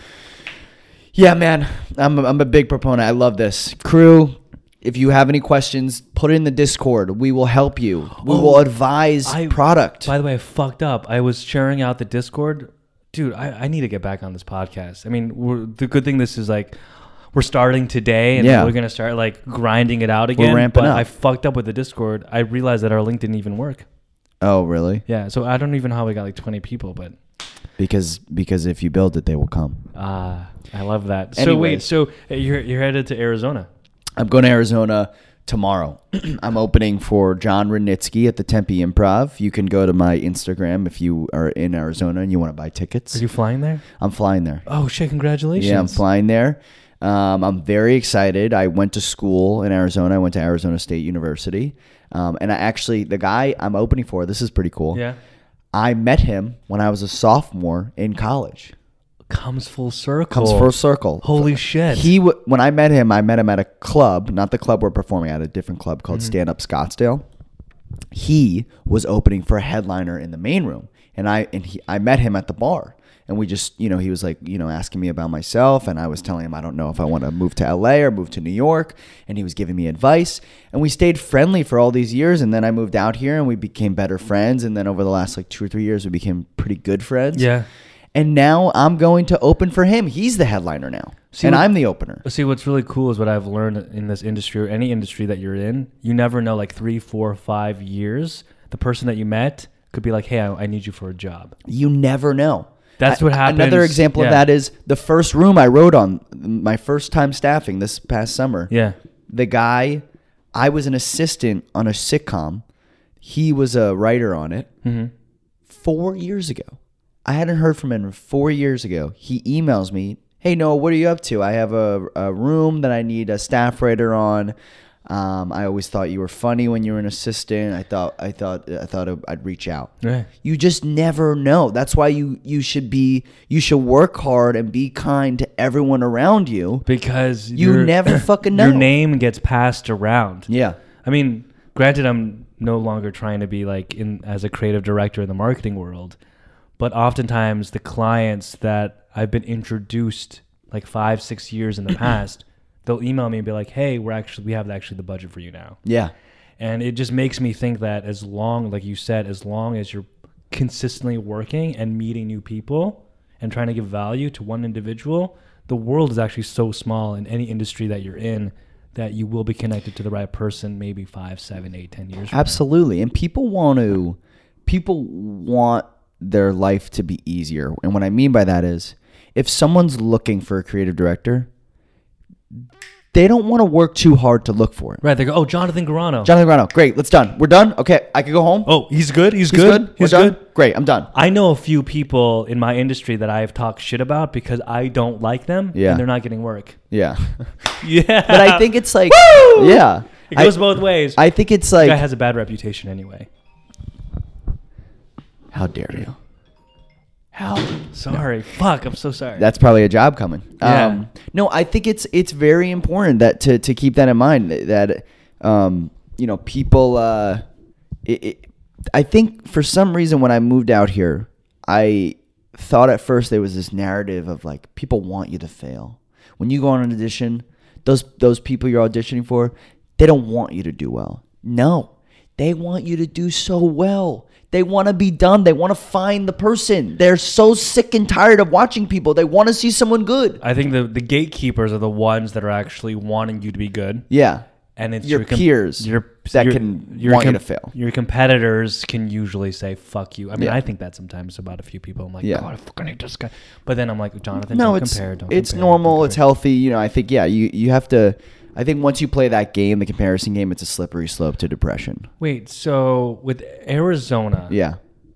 yeah man i'm a, I'm a big proponent i love this crew if you have any questions put it in the discord we will help you we will advise Oh, I- product By the way, I fucked up. I was sharing out the Discord. Dude, I, I need to get back on this podcast. I mean, we're, the good thing this is like we're starting today, and Yeah. we're gonna start like grinding it out again. ramping but up. I fucked up with the Discord. I realized that our link didn't even work. oh really Yeah, so I don't even know how we got like twenty people, but because because if you build it they will come uh, I love that. So wait, Anyways. so you're you're headed to Arizona? I'm going to Arizona tomorrow. I'm opening for John Renitsky at the Tempe Improv. You can go to my Instagram if you are in Arizona and you want to buy Are tickets. you flying there? I'm flying there. Oh shit! Congratulations. Yeah, I'm flying there. Um, I'm very excited. I went to school in Arizona. I went to Arizona State University. Um, and I actually, the guy I'm opening for, this is pretty cool. Yeah, I met him when I was a sophomore in college. comes full circle. Comes full circle. Holy shit! He w- when I met him, I met him at a club, not the club we're performing at, a different club Mm-hmm. called Stand Up Scottsdale. He was opening for a headliner in the main room, and I and he, I met him at the bar, and we just you know he was like you know asking me about myself, and I was telling him I don't know if I want to move to L.A. or move to New York, and he was giving me advice, and we stayed friendly for all these years, and then I moved out here, and we became better friends, and then over the last like two or three years, we became pretty good friends. Yeah. And now I'm going to open for him. He's the headliner now. See, and what- I'm the opener. See, what's really cool is what I've learned in this industry or any industry that you're in. You never know, like three, four, five years, the person that you met could be like, hey, I, I need you for a job. You never know. That's I- what Another happens. example of Yeah. that is the first room I wrote on my first time staffing this past summer. Yeah. The guy, I was an assistant on a sitcom. He was a writer on it. Mm-hmm. Four years ago, I hadn't heard from him. Four years ago, he emails me, "Hey Noah, what are you up to? I have a, a room that I need a staff writer on. Um, I always thought you were funny when you were an assistant. I thought I thought I thought I'd reach out. Right. You just never know. That's why you you should be you should work hard and be kind to everyone around you. Because You your- never fucking know. Your name gets passed around. Yeah. I mean, granted, I'm no longer trying to be like in as a creative director in the marketing world, but oftentimes the clients that I've been introduced like five, six years in the past, they'll email me and be like, hey, we're actually, we have actually the budget for you now. Yeah. and it just makes me think that as long like you said as long as you're consistently working and meeting new people and trying to give value to one individual the world is actually so small in any industry that you're in that you will be connected to the right person maybe five seven eight ten years from Absolutely. And people want to people want their life to be easier. And what I mean by that is if someone's looking for a creative director, they don't want to work too hard to look for it. right they go oh jonathan garano Jonathan Grano, great, let's done. We're done. Okay, I can go home. oh he's good he's, He's good, he's We're good done. Great, I'm done. I know a few people in my industry that I've talked shit about because I don't like them Yeah. and they're not getting work. Yeah. Yeah. but I think it's like Woo! Yeah. it I- goes both ways. I think it's the like guy has a bad reputation anyway. How dare you? How? Sorry. Fuck, I'm so sorry. That's probably a job coming. Yeah. Um, no, I think it's it's very important that to to keep that in mind that um, you know, people. Uh, it, it, I think for some reason when I moved out here, I thought at first there was this narrative of like people want you to fail. When you go on an audition, those those people you're auditioning for, they don't want you to do well. No, they want you to do so well. They want to be done. They want to find the person. They're so sick and tired of watching people. They want to see someone good. I think the, the gatekeepers are the ones that are actually wanting you to be good. Yeah. And it's Your com- peers that can want you to fail. Your competitors can usually say "fuck you." I mean, Yeah. I think that sometimes about a few people. I'm like, Yeah. God, I fucking hate this guy. But then I'm like, Jonathan, no, don't it's compare. Don't it's compare, don't normal. It's compare. healthy. You know, I think yeah, you you have to. I think once you play that game, the comparison game, it's a slippery slope to depression. Wait, so with Arizona, Yeah.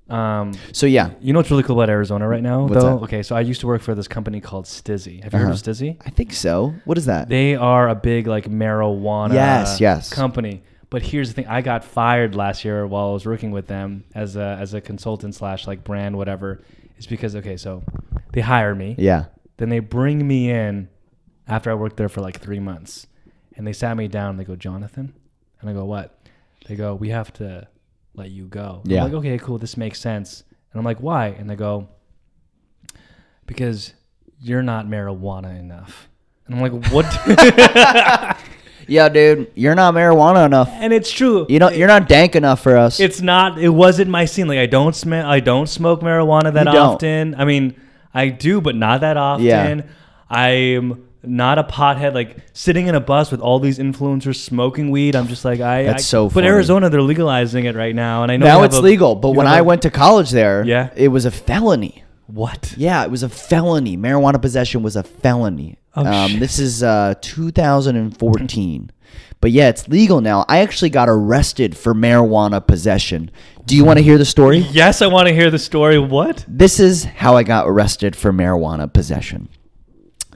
Um, So yeah, you know what's really cool about Arizona right now, What's though? that? Okay, so I used to work for this company called Stizzy. Have you heard of Uh-huh. Stizzy? I think so. What is that? They are a big like marijuana Yes, yes. company. But here's the thing: I got fired last year while I was working with them as a as a consultant slash like brand whatever. It's because okay, so they hire me, yeah. then they bring me in after I worked there for like three months, and they sat me down. and They go, Jonathan, and I go, what? They go, we have to let you go. Yeah. I'm like, okay, cool, this makes sense. And I'm like, why? And they go, because you're not marijuana enough. And I'm like, what? Yeah, dude, you're not marijuana enough. and it's true. You know, you're not dank enough for us. it's not. It wasn't my scene. Like I don't smell. I don't smoke marijuana that You don't. often. I mean, I do, but not that often. Yeah. I'm not a pothead. Like sitting in a bus with all these influencers smoking weed. I'm just like I. That's I- so But funny. Arizona, they're legalizing it right now, and I know now you have it's a- legal, but you when have I a- went to college there, Yeah. it was a felony. what? Yeah, it was a felony. Marijuana possession was a felony. Oh, um, shit. This is uh, 2014. but yeah, it's legal now. I actually got arrested for marijuana possession. Do you want to hear the story? Yes, I want to hear the story. What? This is how I got arrested for marijuana possession.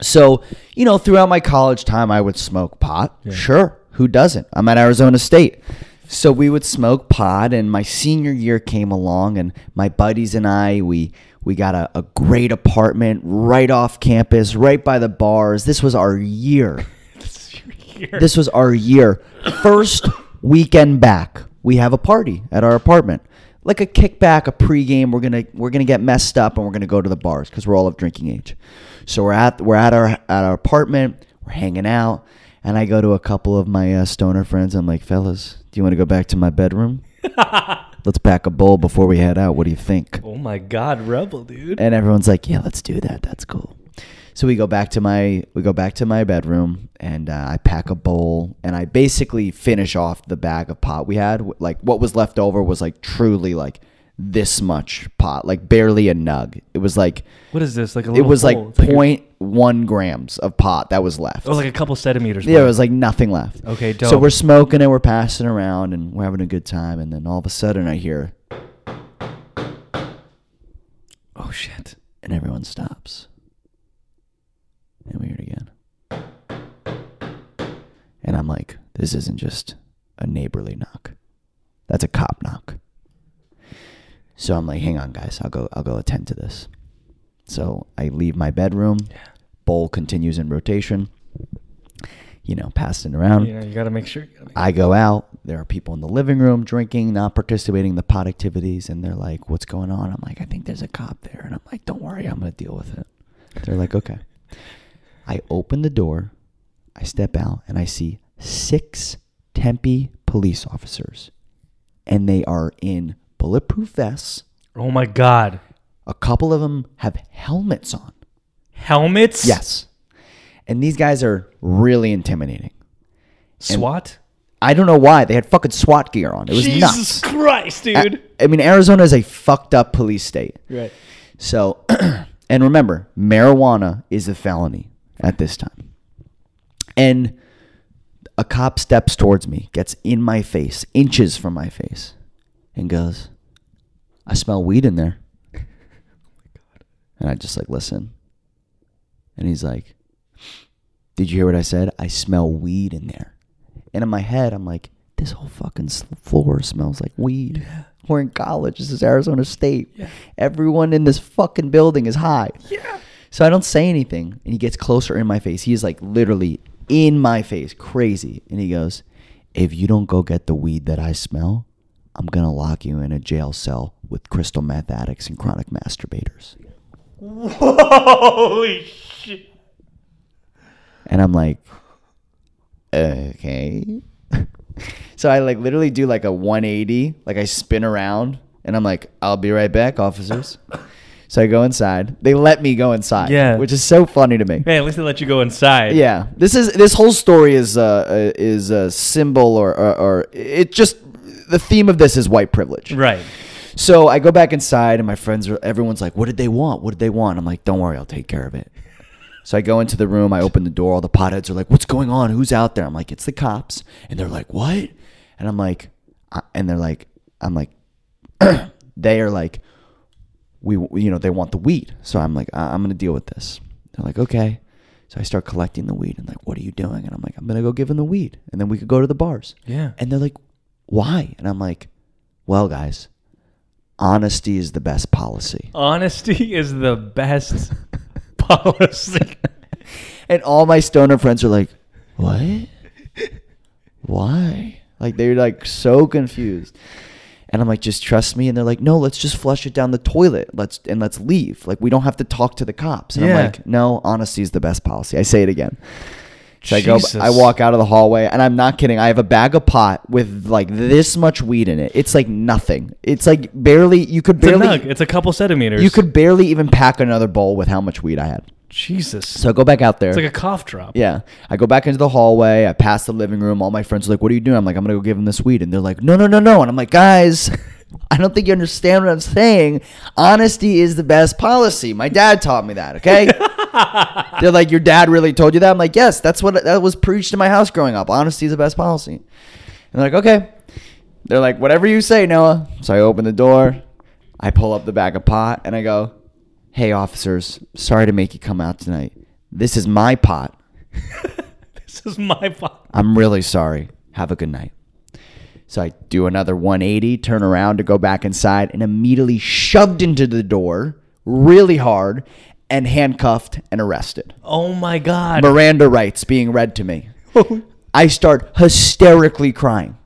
So, you know, throughout my college time, I would smoke pot. Sure. Who doesn't? I'm at Arizona State. So we would smoke pot, and my senior year came along, and my buddies and I, we, we got a, a great apartment right off campus, right by the bars. This was our year. This was our year. First weekend back, we have a party at our apartment. Like a kickback, a pregame. We're gonna we're gonna get messed up and we're gonna go to the bars because we're all of drinking age. So we're at we're at our at our apartment. We're hanging out, and I go to a couple of my uh, stoner friends. I'm like, fellas, do you want to go back to my bedroom? Let's pack a bowl before we head out. What do you think? Oh my God, rebel, dude. and everyone's like, "Yeah, let's do that. That's cool." So we go back to my we go back to my bedroom, and uh, I pack a bowl, and I basically finish off the bag of pot we had. Like what was left over was like truly like this much pot, like barely a nug. It was like What is this? Like a it little was like bowl. It's a- 0.1 grams of pot that was left. It was like a couple centimeters. Yeah, it was like nothing left. Okay, So dope. we're smoking and we're passing around and we're having a good time, and then all of a sudden I hear, Oh shit. and everyone stops, and we hear it again. And I'm like, this isn't just a neighborly knock. That's a cop knock. So I'm like, hang on guys, I'll go I'll go attend to this. So I leave my bedroom. Bowl continues in rotation. You know, passing around. You know, you gotta make sure. You gotta make I go out. There are people in the living room drinking, not participating in the pot activities, and they're like, "What's going on?" I'm like, "I think there's a cop there," and I'm like, "Don't worry, I'm gonna deal with it." They're like, "Okay." I open the door, I step out, and I see six Tempe police officers, and they are in bulletproof vests. Oh my God. A couple of them have helmets on. Helmets. Yes, and these guys are really intimidating. SWAT. I don't know why they had fucking SWAT gear on. It was Jesus nuts. Uh, Christ, A- dude. I mean, Arizona is a fucked up police state. right. So, and remember, marijuana is a felony at this time. And a cop steps towards me, gets in my face, inches from my face, and goes, I smell weed in there. And I just like, listen. And he's like, Did you hear what I said? I smell weed in there. And in my head, I'm like, This whole fucking s- floor smells like weed. We're in college. This is Arizona State. Everyone in this fucking building is high. Yeah. So I don't say anything. And he gets closer in my face. He's like literally in my face, crazy. And he goes, if you don't go get the weed that I smell, I'm going to lock you in a jail cell with crystal meth addicts and chronic masturbators. Holy shit. And I'm like, okay. so I like literally do like a 180, like I spin around and I'm like, I'll be right back, officers. so I go inside. They let me go inside, Yeah. which is so funny to me. Hey, at least they let you go inside. Yeah, this is this whole story is uh, uh, is a symbol or, or or it just the theme of this is white privilege. Right. So I go back inside, and my friends are everyone's like, "What did they want? What did they want?" I'm like, "Don't worry, I'll take care of it." So I go into the room, I open the door, all the potheads are like, "What's going on? Who's out there?" I'm like, "It's the cops," and they're like, "What?" And I'm like, I- and they're like, I'm like, they are like, we, we- you know, they want the weed. So I'm like, I- I'm gonna deal with this. They're like, okay. So I start collecting the weed and like, what are you doing? And I'm like, I'm gonna go give them the weed, and then we could go to the bars. Yeah. And they're like, why? And I'm like, well, guys, honesty is the best policy. Honesty is the best policy. And all my stoner friends are like, what? Why? Like they're like so confused. And I'm like, just trust me. And they're like, no, let's just flush it down the toilet. Let's and let's leave. Like we don't have to talk to the cops. And Yeah. I'm like, no, honesty is the best policy. I say it again. So Jesus. I go, I walk out of the hallway, and I'm not kidding. I have a bag of pot with like this much weed in it. It's like nothing. It's like barely. You could It's a barely. nug. It's a couple centimeters. you could barely even pack another bowl with how much weed I had. Jesus. So I go back out there. it's like a cough drop. Yeah. I go back into the hallway. I pass the living room. All my friends are like, What are you doing? I'm like, I'm going to go give him this weed. And they're like, No, no, no, no. And I'm like, Guys, I don't think you understand what I'm saying. Honesty is the best policy. My dad taught me that. Okay. they're like, Your dad really told you that? I'm like, Yes, that's what that was preached in my house growing up. Honesty is the best policy. And they're like, Okay. They're like, Whatever you say, Noah. So I open the door. I pull up the bag of pot and I go, Hey, officers, sorry to make you come out tonight. This is my pot. This is my fault. I'm really sorry. Have a good night. So I do another 180, turn around to go back inside, and immediately shoved into the door really hard and handcuffed and arrested. Oh my God. Miranda rights being read to me. I start hysterically crying.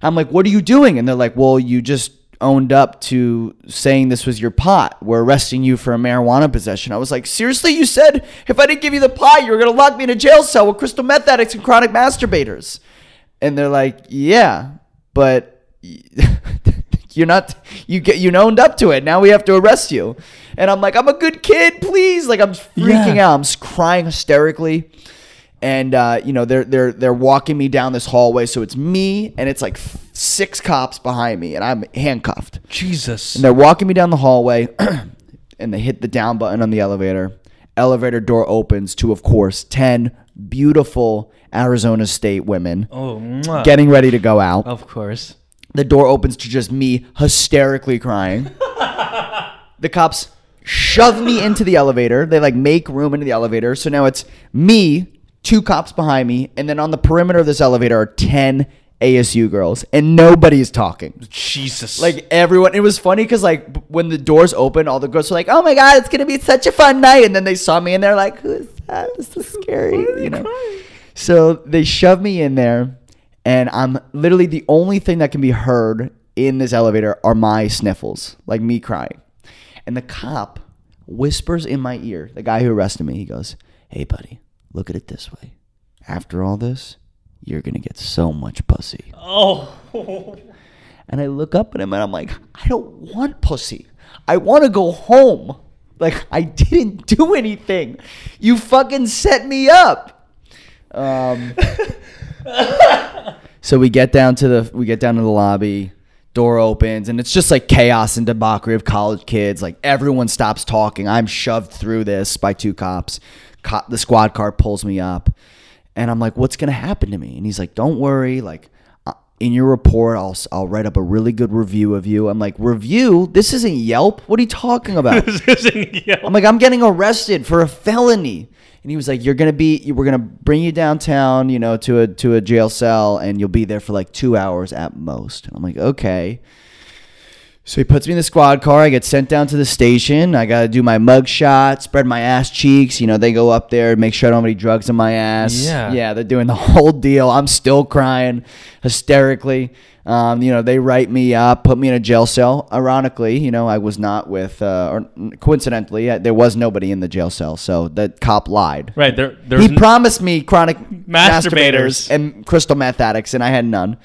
I'm like, what are you doing? And they're like, well, you just owned up to saying this was your pot. We're arresting you for a marijuana possession. I was like, seriously? You said if I didn't give you the pot, you were going to lock me in a jail cell with crystal meth addicts and chronic masturbators. And they're like, yeah, but you're not, you get, you owned up to it. Now we have to arrest you. And I'm like, I'm a good kid, please. Like, I'm freaking Yeah. out. I'm s- crying hysterically and uh, you know they're they're they're walking me down this hallway. So it's me and it's like six cops behind me, and I'm handcuffed. Jesus. And they're walking me down the hallway, and they hit the down button on the elevator. Elevator door opens to, of course, ten beautiful Arizona State women Oh, mwah. getting ready to go out. Of course. The door opens to just me hysterically crying. the cops shove me into the elevator. They like make room into the elevator. So now it's me, two cops behind me, and then on the perimeter of this elevator are 10 ASU girls, and nobody's talking. Jesus. Like everyone, it was funny because like b- when the doors open, all the girls were like, "Oh my god, it's gonna be such a fun night!" And then they saw me and they're like, "Who is that? This is scary," you know. So they shove me in there, and I'm literally the only thing that can be heard in this elevator are my sniffles, like me crying. And the cop whispers in my ear, the guy who arrested me, he goes, "Hey, buddy, look at it this way. After all this, you're gonna get so much pussy." oh. And I look up at him and I'm like, I don't want pussy. I want to go home. Like, I didn't do anything. You fucking set me up. Um, so we get down to the we get down to the lobby, door opens, and it's just like chaos and debauchery of college kids. Like everyone stops talking. I'm shoved through this by two cops. Cop, the squad car pulls me up, and I'm like, "What's gonna happen to me?" And he's like, "Don't worry. Like uh, in your report, I'll s- I'll write up a really good review of you." I'm like, "Review? This isn't Yelp. What are you talking about?" This isn't Yelp. I'm like, I'm getting arrested for a felony. And he was like, You're gonna be we're gonna bring you downtown, you know, to a to a jail cell and you'll be there for like two hours at most. And I'm like, Okay. So he puts me in the squad car. I get sent down to the station. I got to do my mug shot, spread my ass cheeks. You know, they go up there, make sure I don't have any drugs in my ass. Yeah. Yeah, they're doing the whole deal. I'm still crying hysterically. Um, you know, they write me up, put me in a jail cell. Ironically, you know, I was not with, uh, or coincidentally, uh, there was nobody in the jail cell. So the cop lied. Right there. There's He n- promised me chronic Masturbators. masturbators. and crystal meth addicts, and I had none.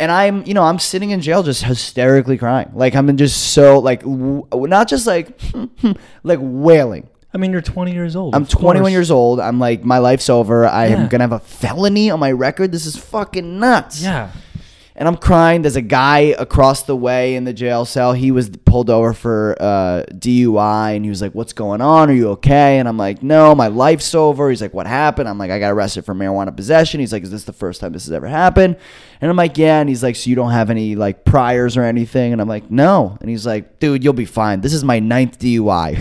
And I'm, you know, I'm sitting in jail just hysterically crying. Like I'm just so like, w- not just like, like wailing. I mean, you're 20 years old. I'm of 21 course. years old. I'm like, my life's over. I Yeah. am gonna have a felony on my record. This is fucking nuts. Yeah. And I'm crying. There's a guy across the way in the jail cell. He was pulled over for uh, DUI, and he was like, "What's going on? Are you okay?" And I'm like, "No, my life's over." He's like, "What happened?" I'm like, "I got arrested for marijuana possession." He's like, "Is this the first time this has ever happened?" And I'm like, "Yeah." And he's like, "So you don't have any like priors or anything?" And I'm like, "No." And he's like, "Dude, you'll be fine. This is my ninth DUI."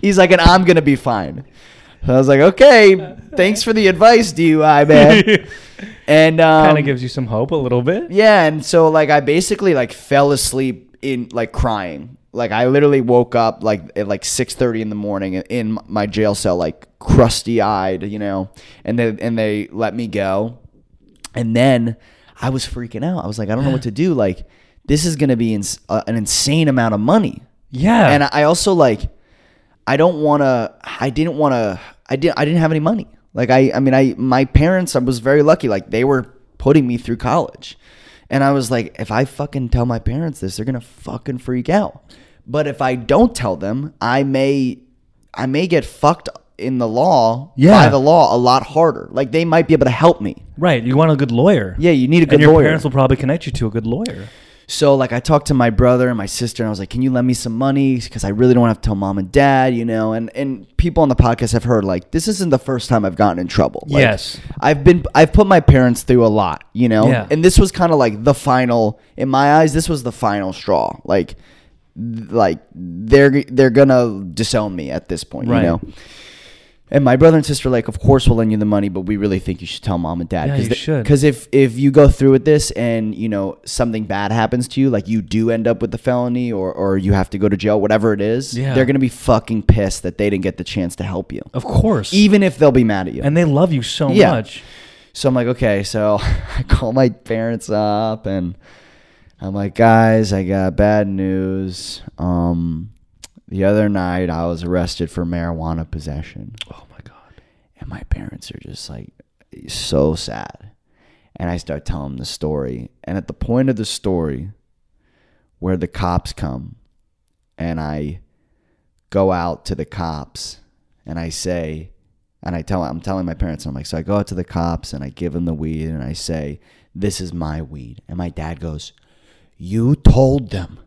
He's like, and I'm gonna be fine. So I was like, okay, thanks for the advice, DUI man. and um, Kind of gives you some hope a little bit. yeah, and so like I basically like fell asleep in like crying. Like I literally woke up like at like six thirty in the morning in my jail cell, like crusty eyed, you know. And they and they let me go, and then I was freaking out. I was like, I don't know what to do. Like this is gonna be ins- uh, an insane amount of money Yeah. and I also like I don't want to I didn't want to I didn't I didn't have any money. Like I I mean I my parents I was very lucky like they were putting me through college. And I was like if I fucking tell my parents this they're going to fucking freak out. But if I don't tell them, I may I may get fucked in the law Yeah. by the law a lot harder. Like they might be able to help me. right. You want a good lawyer. Yeah, you need a good and your lawyer. parents will probably connect you to a good lawyer. So like I talked to my brother and my sister and I was like, "Can you lend me some money because I really don't have to tell mom and dad, you know?" And and people on the podcast have heard like this isn't the first time I've gotten in trouble. Like, Yes. I've been I've put my parents through a lot, you know. Yeah. And this was kind of like the final in my eyes, this was the final straw. Like th- like they're they're going to disown me at this point, Right. you know. And my brother and sister were like, of course we'll lend you the money, but we really think you should tell mom and dad. Yeah, you they- should. Because if if you go through with this and you know something bad happens to you, like you do end up with the felony or or you have to go to jail, whatever it is, Yeah. they're gonna be fucking pissed that they didn't get the chance to help you, Of course. even if they'll be mad at you. and they love you so E- Yeah. much. So I'm like, okay, so I call my parents up and I'm like, guys, I got bad news. Um, the other night I was arrested for marijuana possession. Oh my god. And my parents are just like so sad. And I start telling them the story. And at the point of the story where the cops come and I go out to the cops and I say, and I tell, I'm telling my parents, I'm like, so I go out to the cops and I give them the weed and I say, this is my weed. And my dad goes, you told them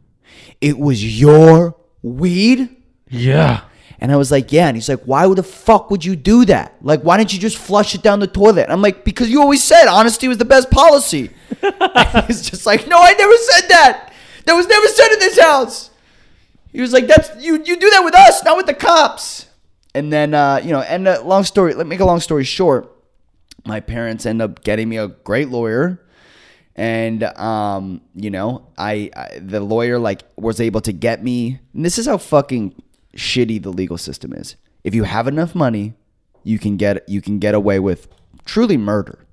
it was your weed? Yeah. And I was like, yeah. And he's like, why the fuck would you do that? Like, why didn't you just flush it down the toilet? And I'm like, because you always said honesty was the best policy. and he's just like, no, I never said that. That was never said in this house. He was like, that's you. You do that with us, not with the cops. And then, uh, you know, and uh, long story. Let me make a long story short. My parents end up getting me a great lawyer and um, you know, I, I the lawyer like was able to get me. And this is how fucking shitty the legal system is. If you have enough money, you can get you can get away with truly murder.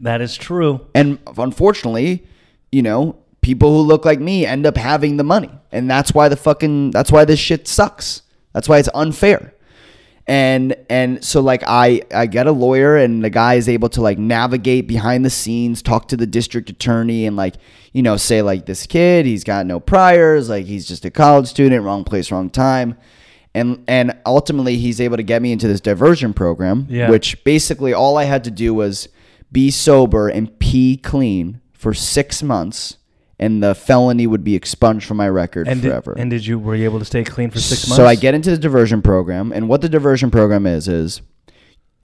That is true. And unfortunately, you know, people who look like me end up having the money. And that's why the fucking that's why this shit sucks. That's why it's unfair. And and so like I I get a lawyer and the guy is able to like navigate behind the scenes, talk to the district attorney and like, you know, say like this kid, he's got no priors, like he's just a college student, wrong place, wrong time. And and ultimately he's able to get me into this diversion program, Yeah. which basically all I had to do was be sober and pee clean for six months, and the felony would be expunged from my record And did, forever. and did you were you able to stay clean for six months? So I get into the diversion program, and what the diversion program is is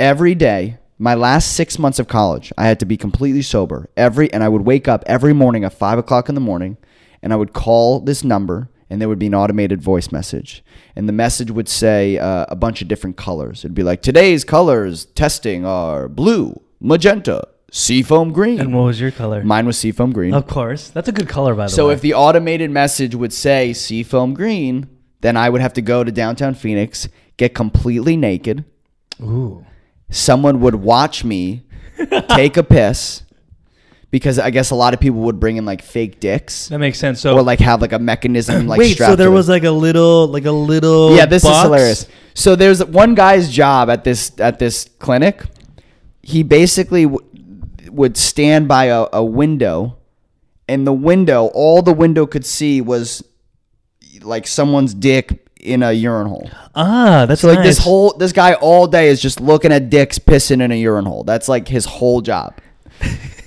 every day. My last six months of college, I had to be completely sober every, and I would wake up every morning at five o'clock in the morning, and I would call this number, and there would be an automated voice message, and the message would say uh, a bunch of different colors. It'd be like today's colors testing are blue, magenta, seafoam green. And what was your color? Mine was seafoam green. Of course. That's a good color, by the So way. if the automated message would say seafoam green, then I would have to go to downtown Phoenix, get completely naked. Ooh. Someone would watch me take a piss because I guess a lot of people would bring in like fake dicks That makes sense. So or like have like a mechanism like wait, strapped to so there it. was like a little, like a little. yeah this box? is hilarious so there's one guy's job at this at this clinic he basically w- would stand by a, a window and the window all the window could see was like someone's dick in a urinal Ah, that's so like this nice. whole this guy all day is just looking at dicks pissing in a urinal that's like his whole job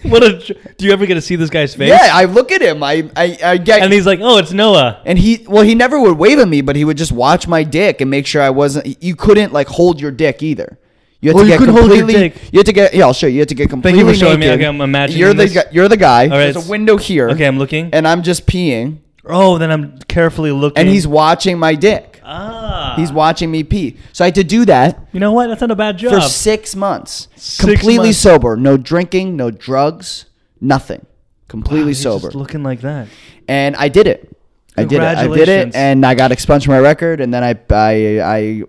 What a. j- Do you ever get to see this guy's face? yeah i look at him i i, I get And he's like, oh, it's Noah. And he, well, he never would wave at me, but he would just watch my dick and make sure I wasn't. You couldn't like hold your dick either. You had Oh, to you get couldn't hold your completely. dick. You had to get. Yeah, I'll show you. You had to get you completely. for showing me. naked. Okay, I'm imagining You're the this. guy, you're the guy. right. There's a window here. Okay, I'm looking. And I'm just peeing, Oh, then I'm carefully looking. and he's watching my dick. Ah. He's watching me pee. So I had to do that You know what? That's not a bad job. for six months, Six completely months. sober, no drinking, no drugs, nothing, completely He's just sober. looking like that. and I did it. I did it. I did it, Congratulations. and I got expunged from my record, and then I, I,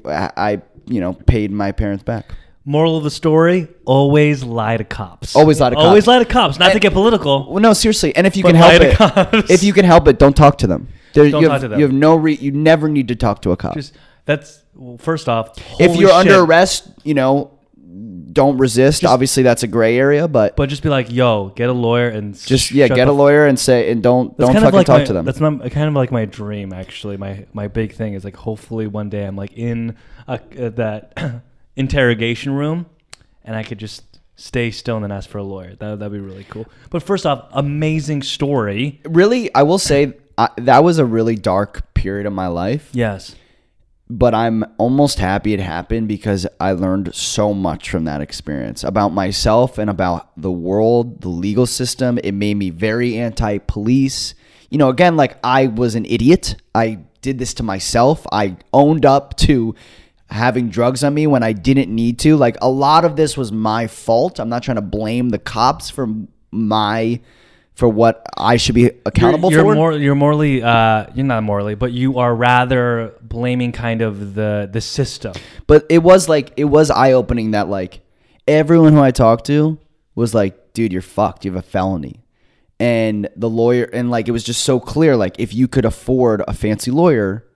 I, I, you know, paid my parents back. Moral of the story: Always lie to cops. Always lie to cops. Always lie to cops. Not to And- get political. Well, no, seriously, and if you But can lie help to it, cops. if you can help it, don't talk to them. There, Don't you talk have, to them. You have no re- You never need to talk to a cop. Just that's well, first off. if holy you're shit. under arrest, you know, don't resist. Just- Obviously, that's a gray area, but, but just be like, yo, get a lawyer and just yeah, get a lawyer and say and don't don't fucking like talk my, to them. That's not, kind of like my dream, actually. My my big thing is like, hopefully one day I'm like in a, uh, that interrogation room, and I could just stay still and then ask for a lawyer. That that'd be really cool. But first off, amazing story. Really, I will say I, that was a really dark period of my life. Yes. but I'm almost happy it happened because I learned so much from that experience about myself and about the world, the legal system. It made me very anti police. You know, again, like I was an idiot. I did this to myself. I owned up to having drugs on me when I didn't need to. Like a lot of this was my fault. I'm not trying to blame the cops for my for what I should be accountable you're, for. you're More, you're morally, uh, you're not morally, but you are rather blaming kind of the the system. but it was like it was eye opening that like everyone who I talked to was like, dude, you're fucked. You have a felony. And the lawyer and like it was just so clear like if you could afford a fancy lawyer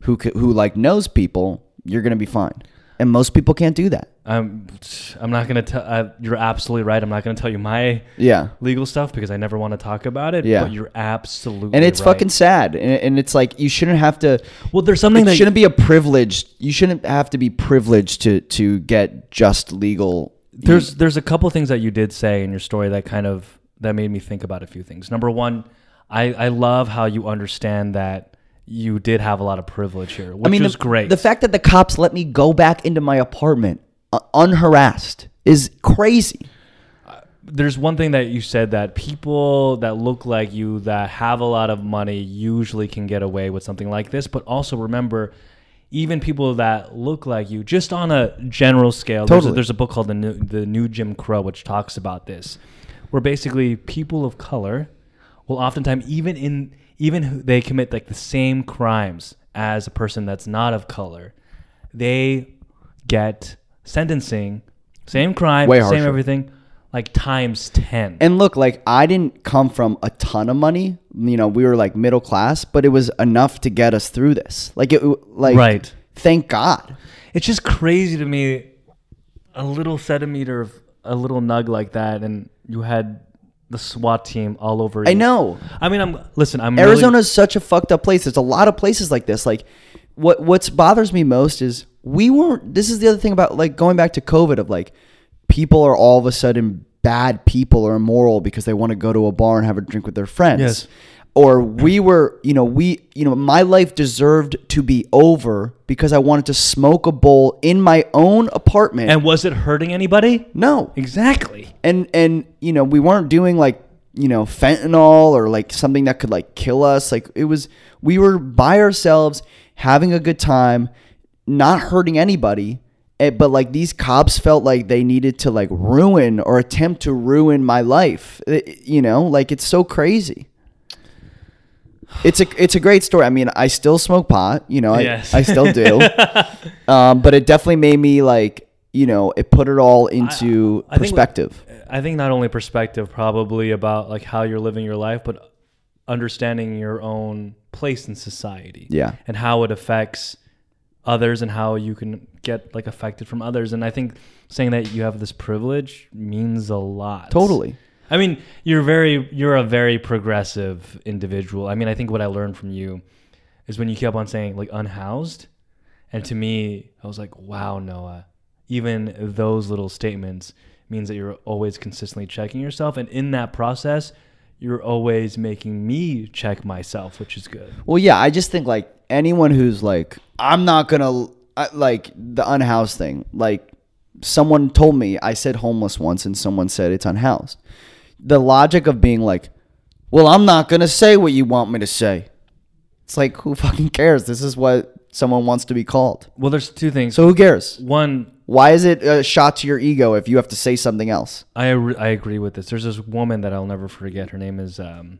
who could, who like knows people, you're going to be fine. And most people can't do that. I'm, Um, I'm not gonna tell. Uh, you're absolutely right. I'm not gonna tell you my Yeah. legal stuff because I never want to talk about it. Yeah. but you're absolutely And it's right. fucking sad. And, and it's like you shouldn't have to Well, there's something it that shouldn't be a privilege. You shouldn't have to be privileged to to get just legal there's there's a couple things that you did say in your story that kind of that made me think about a few things. Number one, I I love how you understand that you did have a lot of privilege here, which is the, great. The fact that the cops let me go back into my apartment uh, unharassed is crazy. there's one thing that you said that people that look like you that have a lot of money usually can get away with something like this but also remember even people that look like you just on a general scale there's, a, Totally. there's a book called the new, the new jim crow which talks about this where basically people of color will oftentimes even in even who- they commit like the same crimes as a person that's not of color they get sentencing same crime Way same harsher. everything like times 10 And look, like I didn't come from a ton of money. You know, we were like middle class, but it was enough to get us through this. Like it, like Right. Thank God. it's just crazy to me a little centimeter of a little nug like that and you had the SWAT team all over you. I know. I mean, I'm listen, I'm really- Arizona is such a fucked up place. There's a lot of places like this. Like, what what's bothers me most is we weren't. This is the other thing about like going back to COVID of like people are all of a sudden bad people or immoral because they want to go to a bar and have a drink with their friends. Yes. Or we were, you know, we, you know, my life deserved to be over because I wanted to smoke a bowl in my own apartment. and was it hurting anybody? no, Exactly. and and you know we weren't doing like you know fentanyl or like something that could like kill us like it was we were by ourselves having a good time not hurting anybody Eh, but like these cops felt like they needed to like ruin or attempt to ruin my life. Eh, eh, You know, like it's so crazy. It's a it's a great story. I mean, I still smoke pot. You know, I, Yes. I still do. um, but it definitely made me like you know it put it all into I think- perspective. I think not only perspective, probably about like how you're living your life, but understanding your own place in society. Yeah. And how it affects others and how you can get like affected from others. And I think saying that you have this privilege means a lot. totally. I mean, you're very you're a very progressive individual. I mean, I think what I learned from you is when you kept on saying like unhoused, and to me, I was like, wow, Noah, even those little statements means that you're always consistently checking yourself, and in that process, you're always making me check myself, which is good. Well, yeah, I just think like anyone who's like, I'm not gonna I, like the unhoused thing. Like someone told me, I said homeless once, and someone said it's unhoused. The logic of being like, well, I'm not gonna say what you want me to say. It's like who fucking cares? This is what someone wants to be called. Well, there's two things. So who cares? one, Why is it a shot to your ego if you have to say something else? I re- I agree with this. There's this woman that I'll never forget. Her name is um,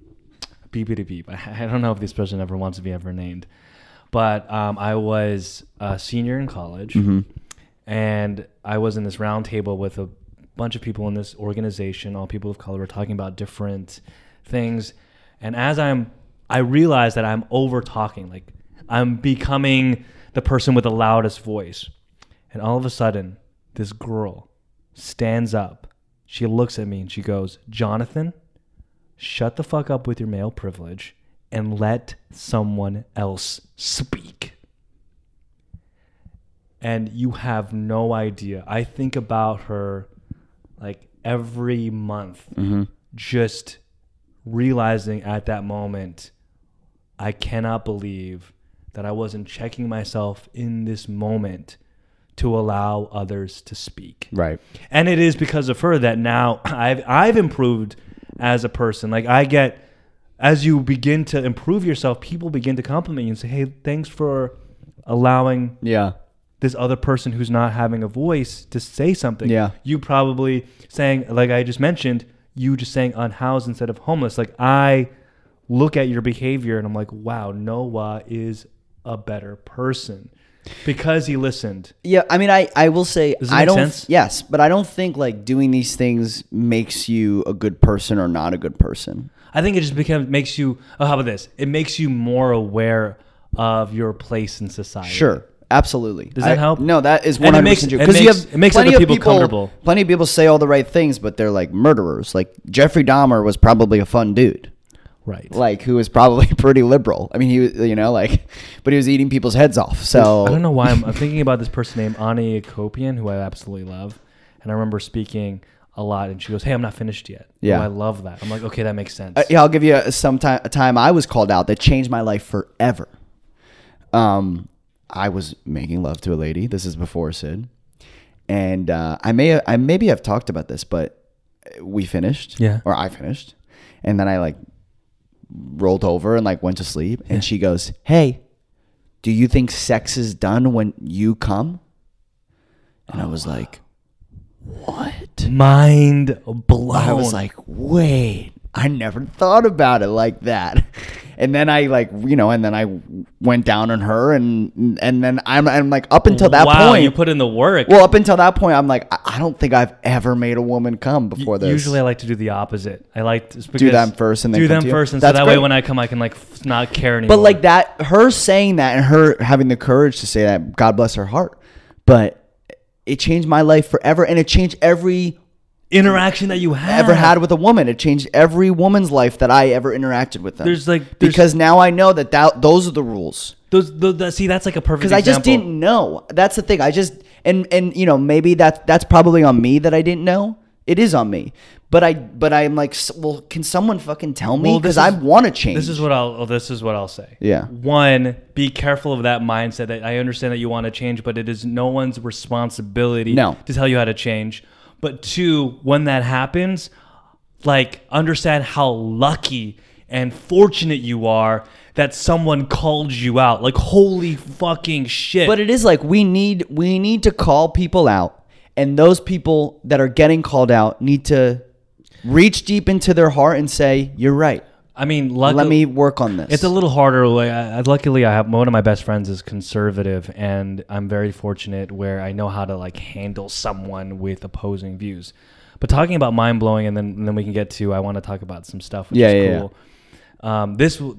Beepity Beep. I, I don't know if this person ever wants to be ever named, but um, I was a senior in college, and I was in this round table with a bunch of people in this organization, all people of color, were talking about different things, and as I'm, I realize that I'm over talking, like I'm becoming the person with the loudest voice, and all of a sudden, this girl stands up. She looks at me and she goes, Jonathan, shut the fuck up with your male privilege and let someone else speak. And you have no idea. I think about her like every month, just realizing at that moment, I cannot believe that I wasn't checking myself in this moment to allow others to speak Right. and it is because of her that now I've I've improved as a person. Like I get as you begin to improve yourself, people begin to compliment you and say, "Hey, thanks for allowing Yeah. this other person who's not having a voice to say something." Yeah. you probably saying like I just mentioned, you just saying unhoused instead of homeless. Like I look at your behavior and I'm like, "Wow, Noah is a better person." Because he listened. Yeah, I mean, I, I will say Does it I make don't. sense? Yes, but I don't think like doing these things makes you a good person or not a good person. I think it just becomes makes you. Oh, how about this? It makes you more aware of your place in society. Sure, absolutely. Does that help? No, that is And one it hundred makes- percent true. it Because you makes- have it makes plenty other of people comfortable. Plenty of people say all the right things, but they're like murderers. Like Jeffrey Dahmer was probably a fun dude, Right. like who was probably pretty liberal. I mean, he was, you know, like, but he was eating people's heads off. So I don't know why I'm, I'm thinking about this person named Ani Kopian, who I absolutely love, and I remember speaking a lot, and she goes, "Hey, I'm not finished yet." Yeah. Oh, I love that. I'm like, okay, that makes sense. Uh, yeah, I'll give you a, some time, a time I was called out that changed my life forever. Um, I was making love to a lady. This is before Sid, and uh, I may I maybe have talked about this, but we finished. Yeah. or I finished, and then I like rolled over and like went to sleep. And she goes, "Hey, do you think sex is done when you come?" And I was like, "What?" Mind blown. I was like, wait, I never thought about it like that. And then I like, you know, and then I went down on her, and and then I'm, I'm like, up until that wow, point, you put in the work. well, up until that point, I'm like, I, I don't think I've ever made a woman come before this. Usually, I like to do the opposite. I like to because- them first and then do come them to you. first, and That's so that way great. when I come, I can like f- not care anymore. but like that, her saying that and her having the courage to say that, God bless her heart, but it changed my life forever, and it changed every interaction that you have ever had with a woman. It changed every woman's life that I ever interacted with them. There's, like, there's- because now I know that, that those are the rules. Those, those, that- see, that's like a perfect. Because I just example. didn't know. That's the thing. I just and and you know maybe that that's probably on me that I didn't know. It is on me. But I but I'm like s- well, can someone fucking tell me? Well, this Because I is- want to change. This is what I'll. oh, This is what I'll say. Yeah. One, be careful of that mindset. That I understand that you want to change, but it is no one's responsibility. No. To tell you how to change. But two, when that happens, like understand how lucky and fortunate you are that someone called you out. Like holy fucking shit. But it is like we need we need to call people out, and those people that are getting called out need to reach deep into their heart and say, "You're right. I mean, luckily, Let me work on this." It's a little harder. Like, I, I- luckily, I have one of my best friends is conservative, and I'm very fortunate where I know how to like handle someone with opposing views. But talking about mind blowing, and then and then we can get to I want to talk about some stuff. Which Yeah, is yeah, yeah. cool. Um, this, w-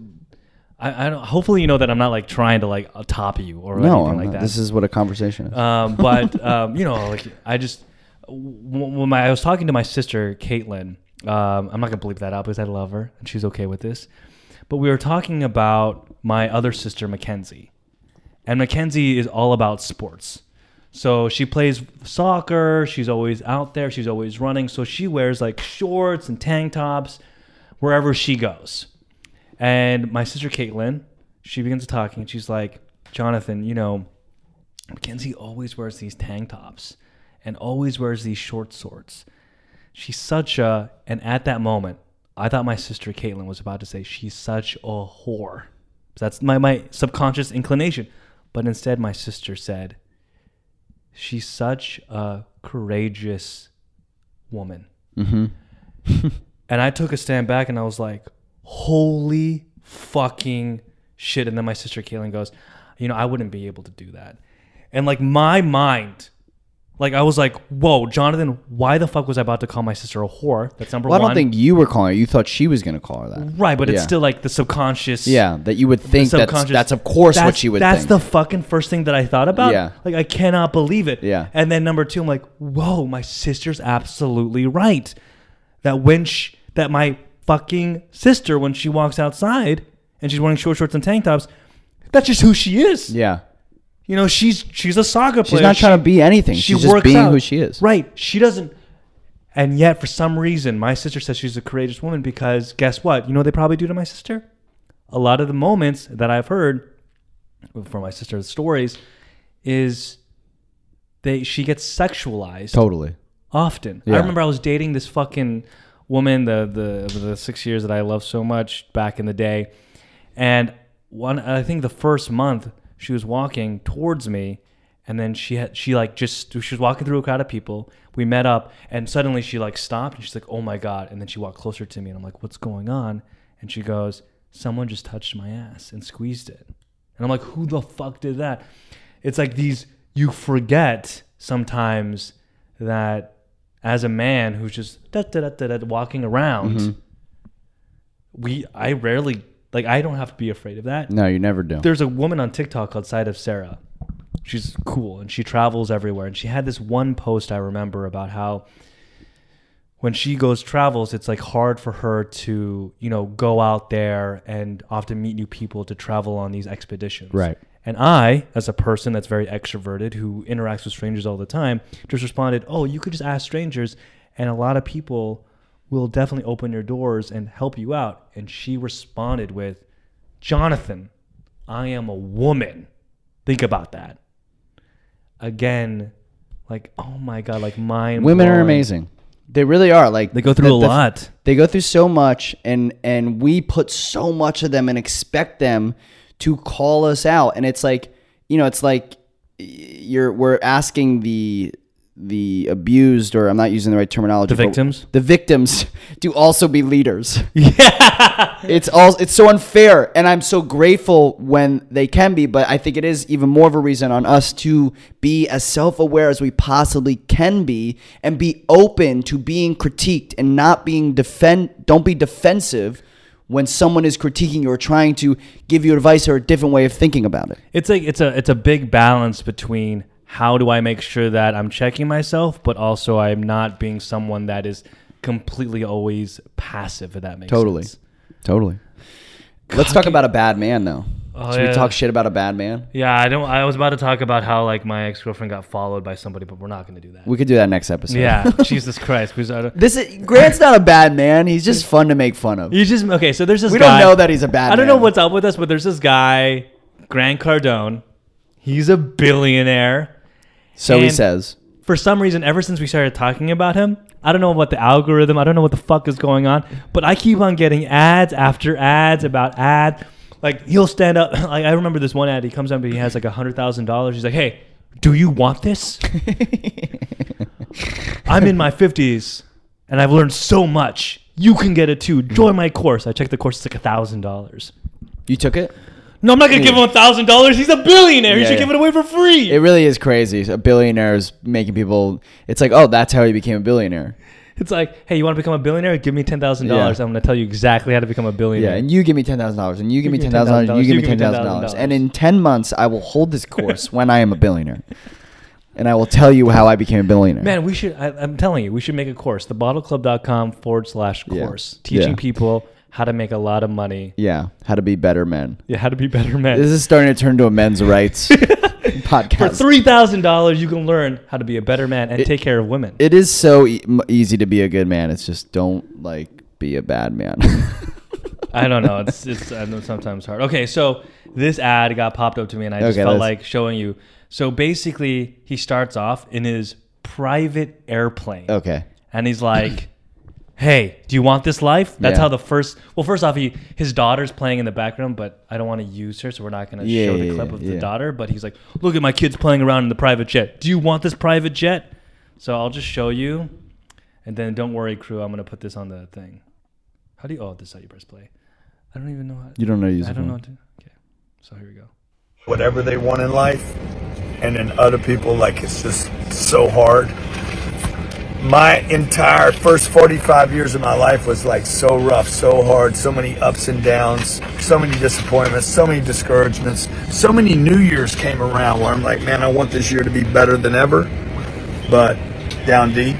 I, I don't. Hopefully, you know that I'm not like trying to like uh, top you or no, anything I'm like not. that. this is what a conversation is. Um, but um, you know, like I just w- when my, I was talking to my sister Caitlin, um, I'm not gonna bleep that out because I love her and she's okay with this. But we were talking about my other sister Mackenzie, and Mackenzie is all about sports. So she plays soccer. She's always out there. She's always running. So she wears like shorts and tank tops wherever she goes. And my sister Caitlin, she begins talking. and She's like, Jonathan, you know, Mackenzie always wears these tank tops and always wears these short shorts. She's such a, and at that moment, I thought my sister Caitlin was about to say, she's such a whore. That's my, my subconscious inclination. But instead, my sister said, she's such a courageous woman. Mm-hmm. and I took a stand back and I was like, holy fucking shit. And then my sister Kaylin goes, you know, I wouldn't be able to do that. And like my mind, like I was like, whoa, Jonathan, why the fuck was I about to call my sister a whore? That's number well, I one. don't think you were calling her. You thought she was going to call her that. right, but it's Yeah. still like the subconscious. Yeah, that you would think that's, subconscious. that's of course what That's- she would That's think. the fucking first thing that I thought about. Yeah. Like I cannot believe it. Yeah. And then number two, I'm like, whoa, my sister's absolutely right. That when sh that my fucking sister when she walks outside and she's wearing short shorts and tank tops, that's just who she is. yeah. You know, she's she's a soccer player. She's not trying to be anything. She she's works just being out. who she is. Right. She doesn't. And yet, for some reason, my sister says she's a courageous woman because guess what? You know what they probably do to my sister? A lot of the moments that I've heard from my sister's stories is they she gets sexualized Totally. often. I Yeah. remember I was dating this fucking woman the the the six years that I loved so much back in the day, and one I think the first month she was walking towards me, and then she had she like just she was walking through a crowd of people. We met up, and suddenly she like stopped and she's like, "Oh my god!" And then she walked closer to me, and I'm like, "What's going on?" And she goes, "Someone just touched my ass and squeezed it." And I'm like, who the fuck did that? It's like these, you forget sometimes that as a man who's just da, da, da, da, da, walking around, we, I rarely, like, I don't have to be afraid of that. No, you never do. There's a woman on TikTok called Side of Sarah. She's cool and she travels everywhere. And she had this one post I remember about how when she goes travels, it's like hard for her to, you know, go out there and often meet new people to travel on these expeditions. Right. And I, as a person that's very extroverted who interacts with strangers all the time, just responded, Oh, you could just ask strangers, and a lot of people will definitely open your doors and help you out. And she responded with, Jonathan, I am a woman. Think about that. Again, like, oh my God, like mind. Women are blowing. amazing. They really are. Like They go through the- a the- lot. They go through so much, and and we put so much of them and expect them to call us out. And it's like you know, it's like y- you're we're asking the the abused, or I'm not using the right terminology. The but victims? The victims to also be leaders. Yeah. it's all it's so unfair and i'm so grateful when they can be but i think it is even more of a reason on us to be as self-aware as we possibly can be and be open to being critiqued and not being defend don't be defensive when someone is critiquing you or trying to give you advice or a different way of thinking about it It's like it's a it's a big balance between how do I make sure that I'm checking myself, but also I'm not being someone that is completely always passive. If that makes sense. totally let's talk about a bad man though Oh, should yeah. we talk shit about a bad man Yeah, I don't. I was about to talk about how like my ex girlfriend got followed by somebody, but we're not going to do that. we could do that next episode yeah, Jesus Christ. Because I don't, this is grant's not a bad man he's just fun to make fun of you just okay. So there's this. We don't guy- know that he's a bad I don't know man. what's up with us, but there's this guy, Grant Cardone. He's a billionaire. so he And- says for some reason, ever since we started talking about him, I don't know what the algorithm, I don't know what the fuck is going on, but I keep on getting ads after ads about ads. like he'll stand up. Like I remember this one ad. He comes up and he has like a hundred thousand dollars. He's like, "Hey, do you want this? I'm in my fifties and I've learned so much. You can get it too. Join my course. I check the course. It's like a thousand dollars. You took it? No, I'm not gonna give him a thousand dollars. He's a billionaire. Yeah, he should yeah. give it away for free. It really is crazy. A billionaire is making people. It's like, oh, that's how he became a billionaire. it's like, hey, you want to become a billionaire? Give me ten thousand dollars. Yeah. I'm gonna tell you exactly how to become a Yeah, billionaire. and you give me ten thousand dollars, and you give me give ten me thousand dollars, and you give me ten thousand $10,000. dollars, and in ten months, I will hold this course when I am a billionaire, and I will tell you how I became a billionaire. Man, we should. I, I'm telling you, we should make a course. Thebottleclub.com forward slash Yeah. course, teaching Yeah. people how to make a lot of money. yeah, how to be better men. Yeah, how to be better men. This is starting to turn to a men's rights podcast. For three thousand dollars, you can learn how to be a better man and It- take care of women. it is so e- m- easy to be a good man. It's just don't like be a bad man. I don't know. It's it's I know sometimes hard. Okay, so this ad got popped up to me, and I just Okay, let's- felt like showing you. So basically, he starts off in his private airplane, okay. and he's like. Hey, do you want this life? That's Yeah. how the first. Well, first off, he his daughter's playing in the background, but I don't want to use her, so we're not going to Yeah, show yeah, the clip yeah, of yeah. the daughter. But he's like, "Look at my kids playing around in the private jet. Do you want this private jet?" So I'll just show you, and then don't worry, crew. I'm going to put this on the thing. How do you? Oh, this is how you press play. I don't even know how. You don't know. how to Use I a don't phone. know. How to, okay, so here we go. whatever they want in life and then other people like it's just so hard my entire first 45 years of my life was like so rough so hard so many ups and downs so many disappointments so many discouragements so many new years came around where i'm like man i want this year to be better than ever but down deep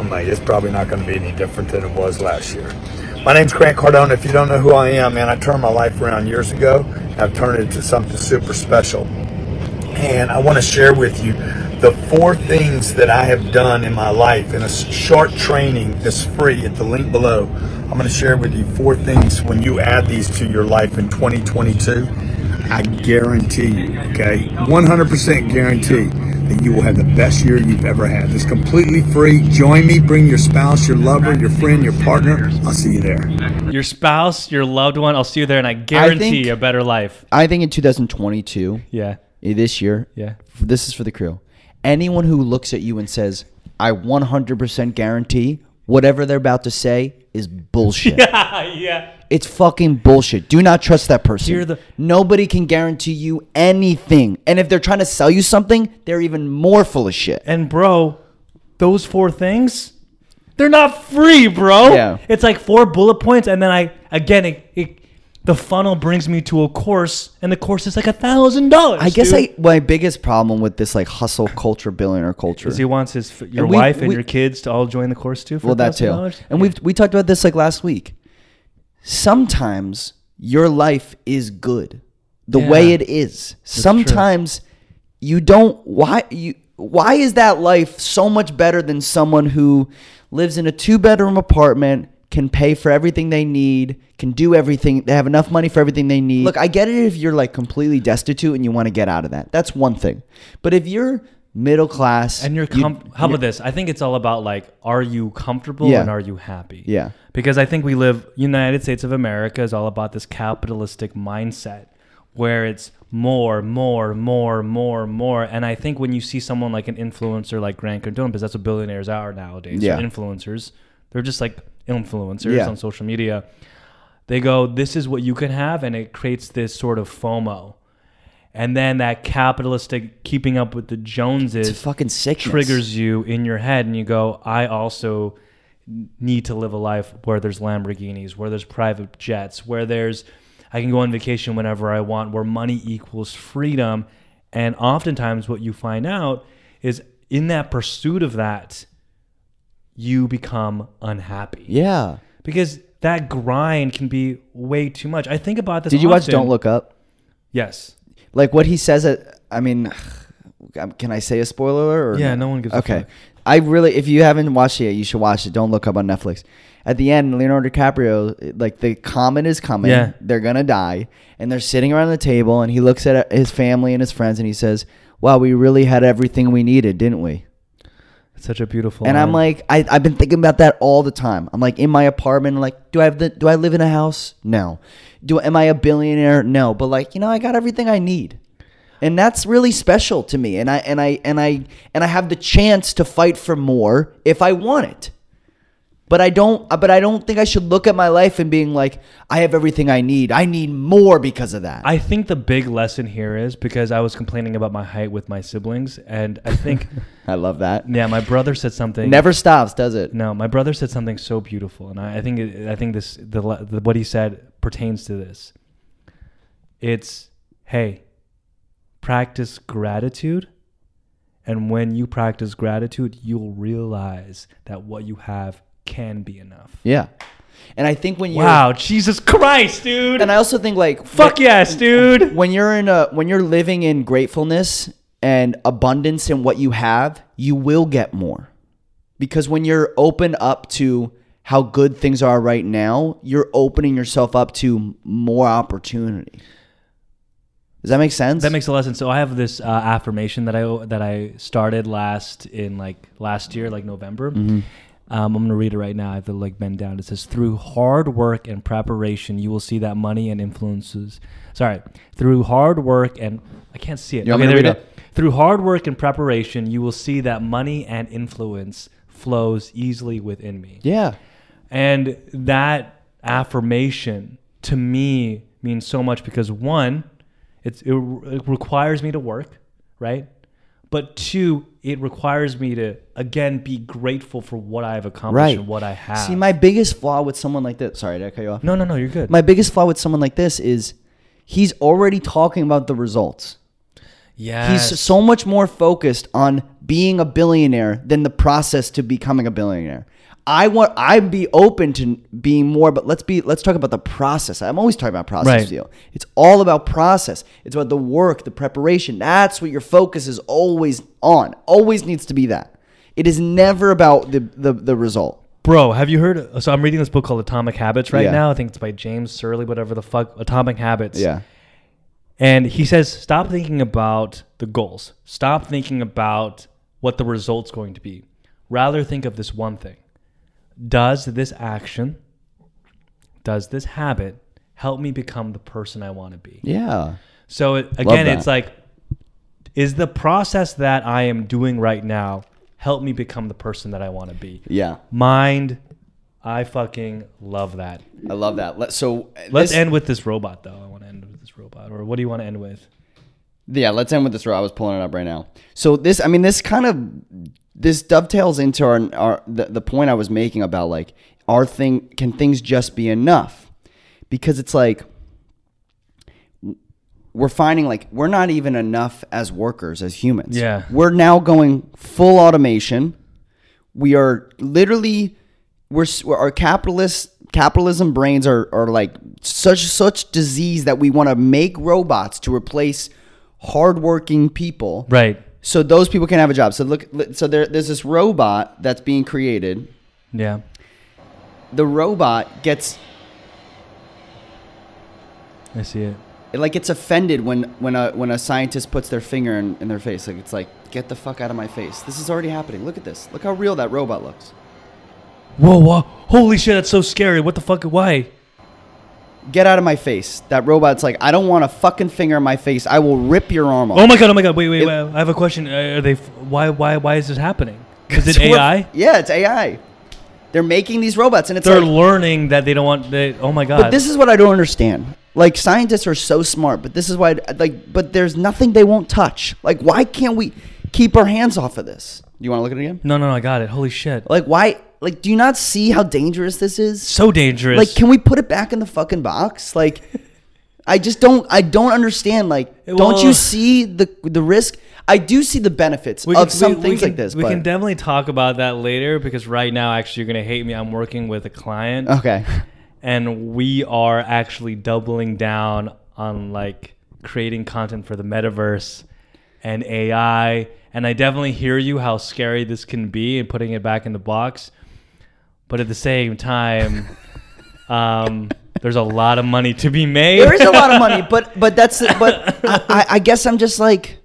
i'm like it's probably not going to be any different than it was last year my name's grant cardone if you don't know who i am man i turned my life around years ago i've turned it into something super special and I want to share with you the four things that I have done in my life in a s- short training that's free at the link below. I'm going to share with you four things when you add these to your life in 2022. I guarantee you, okay, 100% guarantee that you will have the best year you've ever had. It's completely free. Join me, bring your spouse, your lover, your friend, your partner. I'll see you there. Your spouse, your loved one. I'll see you there, and I I think- guarantee a better life. I think in 2022, Yeah, eh, this year, yeah. this is for the crew. Anyone who looks at you and says, I 100% guarantee whatever they're about to say is bullshit. yeah. It's fucking bullshit. Do not trust that person. You're the- Nobody can guarantee you anything. And if they're trying to sell you something, they're even more full of shit. And bro, those four things, they're not free, bro. Yeah. It's like four bullet points, and then I again it, it the funnel brings me to a course, and the course is like a thousand dollars. I guess I my biggest problem with this like hustle culture, billionaire culture. he wants his f- your And we- wife and we- your kids to all join the course too. For well that too $1,000? and we've we talked about this like last week sometimes your life is good the Yeah. way it is sometimes you don't why you why is that life so much better than someone who lives in a two bedroom apartment can pay for everything they need can do everything they have enough money for everything they need look i get it if you're like completely destitute and you want to get out of that that's one thing but if you're middle class And you're you- com- how about this? I think it's all about like, are you comfortable Yeah. and are you happy? Yeah. Because I think we live United States of America is all about this capitalistic mindset where it's more, more, more, more, more. And I think when you see someone like an influencer like Grant Cardone, because that's what billionaires are nowadays. Yeah. They're influencers. They're just like influencers Yeah. on social media. They go, this is what you can have, and it creates this sort of FOMO. And then that capitalistic keeping up with the Joneses it's fucking sickness triggers you in your head and you go i also need to live a life where there's lamborghinis where there's private jets where there's i can go on vacation whenever i want where money equals freedom and oftentimes what you find out is in that pursuit of that you become unhappy yeah because that grind can be way too much i think about this did you watch often. don't look up yes like what he says at i mean um, can i say a spoiler alert or Yeah, no one gives a okay fuck. i really if you haven't watched it yet you should watch it don't look up on netflix at the end leonardo dicaprio like the comet is coming Yeah. they're gonna die and they're sitting around the table and he looks at his family and his friends and he says wow we really had everything we needed didn't we It's such a beautiful. And I'm line. like, I, I've been thinking about that all the time. I'm like in my apartment, like, do I have the, do I live in a house? No. Do am I a billionaire? No. But like, you know, I got everything I need. And that's really special to me. And I and I and I and I have the chance to fight for more if I want it. But I don't but I don't think I should look at my life and being like, I have everything I need. I need more because of that. I think the big lesson here is because I was complaining about my height with my siblings, and I think, I love that. yeah, my brother said something. Never stops, does it? No, my brother said something so beautiful, and I, I think it, I think this the, le- the what he said pertains to this. It's hey, practice gratitude, and when you practice gratitude, you'll realize that what you have can be enough. Yeah. And I think when you Wow, Jesus Christ, dude! and I also think like Fuck yes, dude! when you're in a when you're living in gratefulness and abundance in what you have, you will get more. Because when you're open up to how good things are right now, you're opening yourself up to more opportunity. Does that make sense? That makes a lesson. So I have this uh, affirmation that I that I started last in like last year, like November. Mm-hmm. Um, I'm gonna read it right now. I have to like bend down. It says, "Through hard work and preparation, you will see that money and influences." Sorry, through hard work and I can't see it. You want me to there read we go. Through hard work and preparation, you will see that money and influence flows easily within me. yeah. And that affirmation to me means so much because one, it's, it, re- it requires me to work, right? But two, it requires me to again be grateful for what I've accomplished Right. and what I have. See, my biggest flaw with someone like this. Sorry, did I cut you off? no, no, no, you're good. My biggest flaw with someone like this is he's already talking about the results. yeah, He's so much more focused on being a billionaire than the process to becoming a billionaire. I want I'd be open to being more, but let's be let's talk about the process. I'm always talking about process Right. with you. It's all about process. It's about the work, the preparation. That's what your focus is always on. Always needs to be that. It is never about the the, the result. Bro, have you heard? So I'm reading this book called Atomic Habits right Yeah. now. I think it's by James Surley, whatever the fuck. Atomic Habits. Yeah. And he says, stop thinking about the goals. Stop thinking about what the result's going to be. Rather think of this one thing. Does this action, does this habit help me become the person I want to be? Yeah. So it, again, that. it's like, is the process that I am doing right now help me become the person that I want to be? Yeah. Mind, I fucking love that. I love that. Let, so Let's this- end with this robot, though. I want to end with this robot. Or what do you want to end with? Yeah, let's end with this row. I was pulling it up right now. So this, I mean, this kind of this dovetails into our, our the, the point I was making about like our thing can things just be enough? Because it's like we're finding like we're not even enough as workers as humans. Yeah. We're now going full automation. We are literally we're s- our capitalist capitalism brains are are like such such disease that we want to make robots to replace hardworking people. Right. So those people can have a job. So look li- so there, there's this robot that's being created. Yeah. The robot gets I see it. it like gets offended when when a when a scientist puts their finger in, in their face like it's like get the fuck out of my face this is already happening look at this look how real that robot looks Whoa, whoa. Holy shit, that's so scary. What the fuck? Why? get out of my face that robot's like i don't want a fucking finger in my face i will rip your arm off Oh my god, oh my god. Wait, wait, It- wait. I have a question. Uh, Are they, f- why, why, why is this happening? Is it So we're- AI? yeah it's ai they're making these robots and it's They're like learning that they don't want, they, oh my god. But this is what I don't understand. Like scientists are so smart, but this is why like but there's nothing they won't touch. Like why can't we keep our hands off of this? Do you want to look at it again? no, no, no, I got it. Holy shit. Like why like do you not see how dangerous this is? So dangerous. Like can we put it back in the fucking box? Like I just don't I don't understand like don't you Well- see the the risk? I do see the benefits We of can- some we- we things can- like this, We but can definitely talk about that later because right now, actually, you're going to hate me. I'm working with a client. okay. and we are actually doubling down on like creating content for the metaverse and AI. And I definitely hear you how scary this can be and putting it back in the box. But at the same time, um, there's a lot of money to be made. There is a lot of money, but but that's but I, I, I guess I'm just like,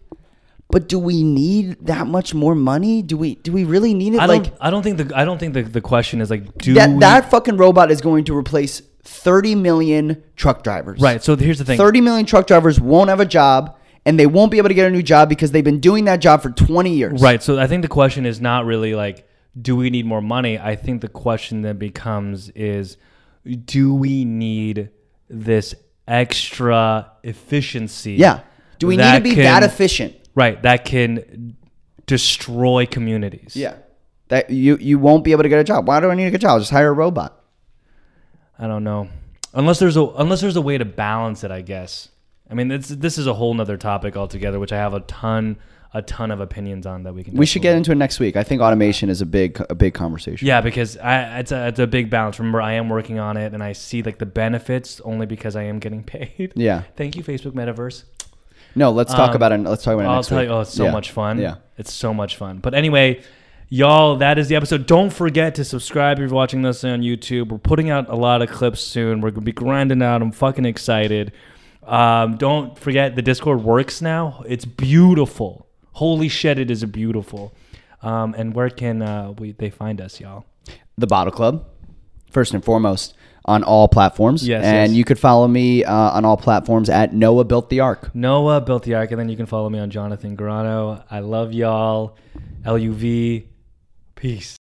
But do we need that much more money? Do we do we really need it? I like don't. I don't think the. I don't think the, the question is like do that we- that fucking robot is going to replace 30 million truck drivers. right. So here's the thing. 30 million truck drivers won't have a job and they won't be able to get a new job because they've been doing that job for 20 years. Right. So I think the question is not really like, do we need more money? I think the question then becomes is, do we need this extra efficiency? Yeah. Do we need to be that efficient? Right. That can destroy communities. Yeah. That you you won't be able to get a job. Why do I need to get a job? Just hire a robot. I don't know. Unless there's a unless there's a way to balance it, I guess. I mean, this this is a whole nother topic altogether, which I have a ton a ton of opinions on that we can. We should get into it next week. I think automation is a big a big conversation. Yeah, because I, it's a it's a big balance. Remember, I am working on it, and I see like the benefits only because I am getting paid. Yeah. Thank you, Facebook Metaverse. No, let's talk Um, about it. Let's talk about it I'll next tell week. you. Oh, it's so Yeah. much fun. Yeah. it's so much fun. But anyway, y'all, that is the episode. Don't forget to subscribe if you're watching this on YouTube. We're putting out a lot of clips soon. We're gonna be grinding out. I'm fucking excited. Um, don't forget the Discord works now. It's beautiful. Holy shit, it is beautiful. Um, and where can uh, we they find us, y'all? the Bottle Club, first and foremost, on all platforms. Yes, and yes. you could follow me uh, on all platforms at Noah Built the Ark. Noah built the ark, and then you can follow me on Jonathan Grano. I love y'all. L U V. Peace.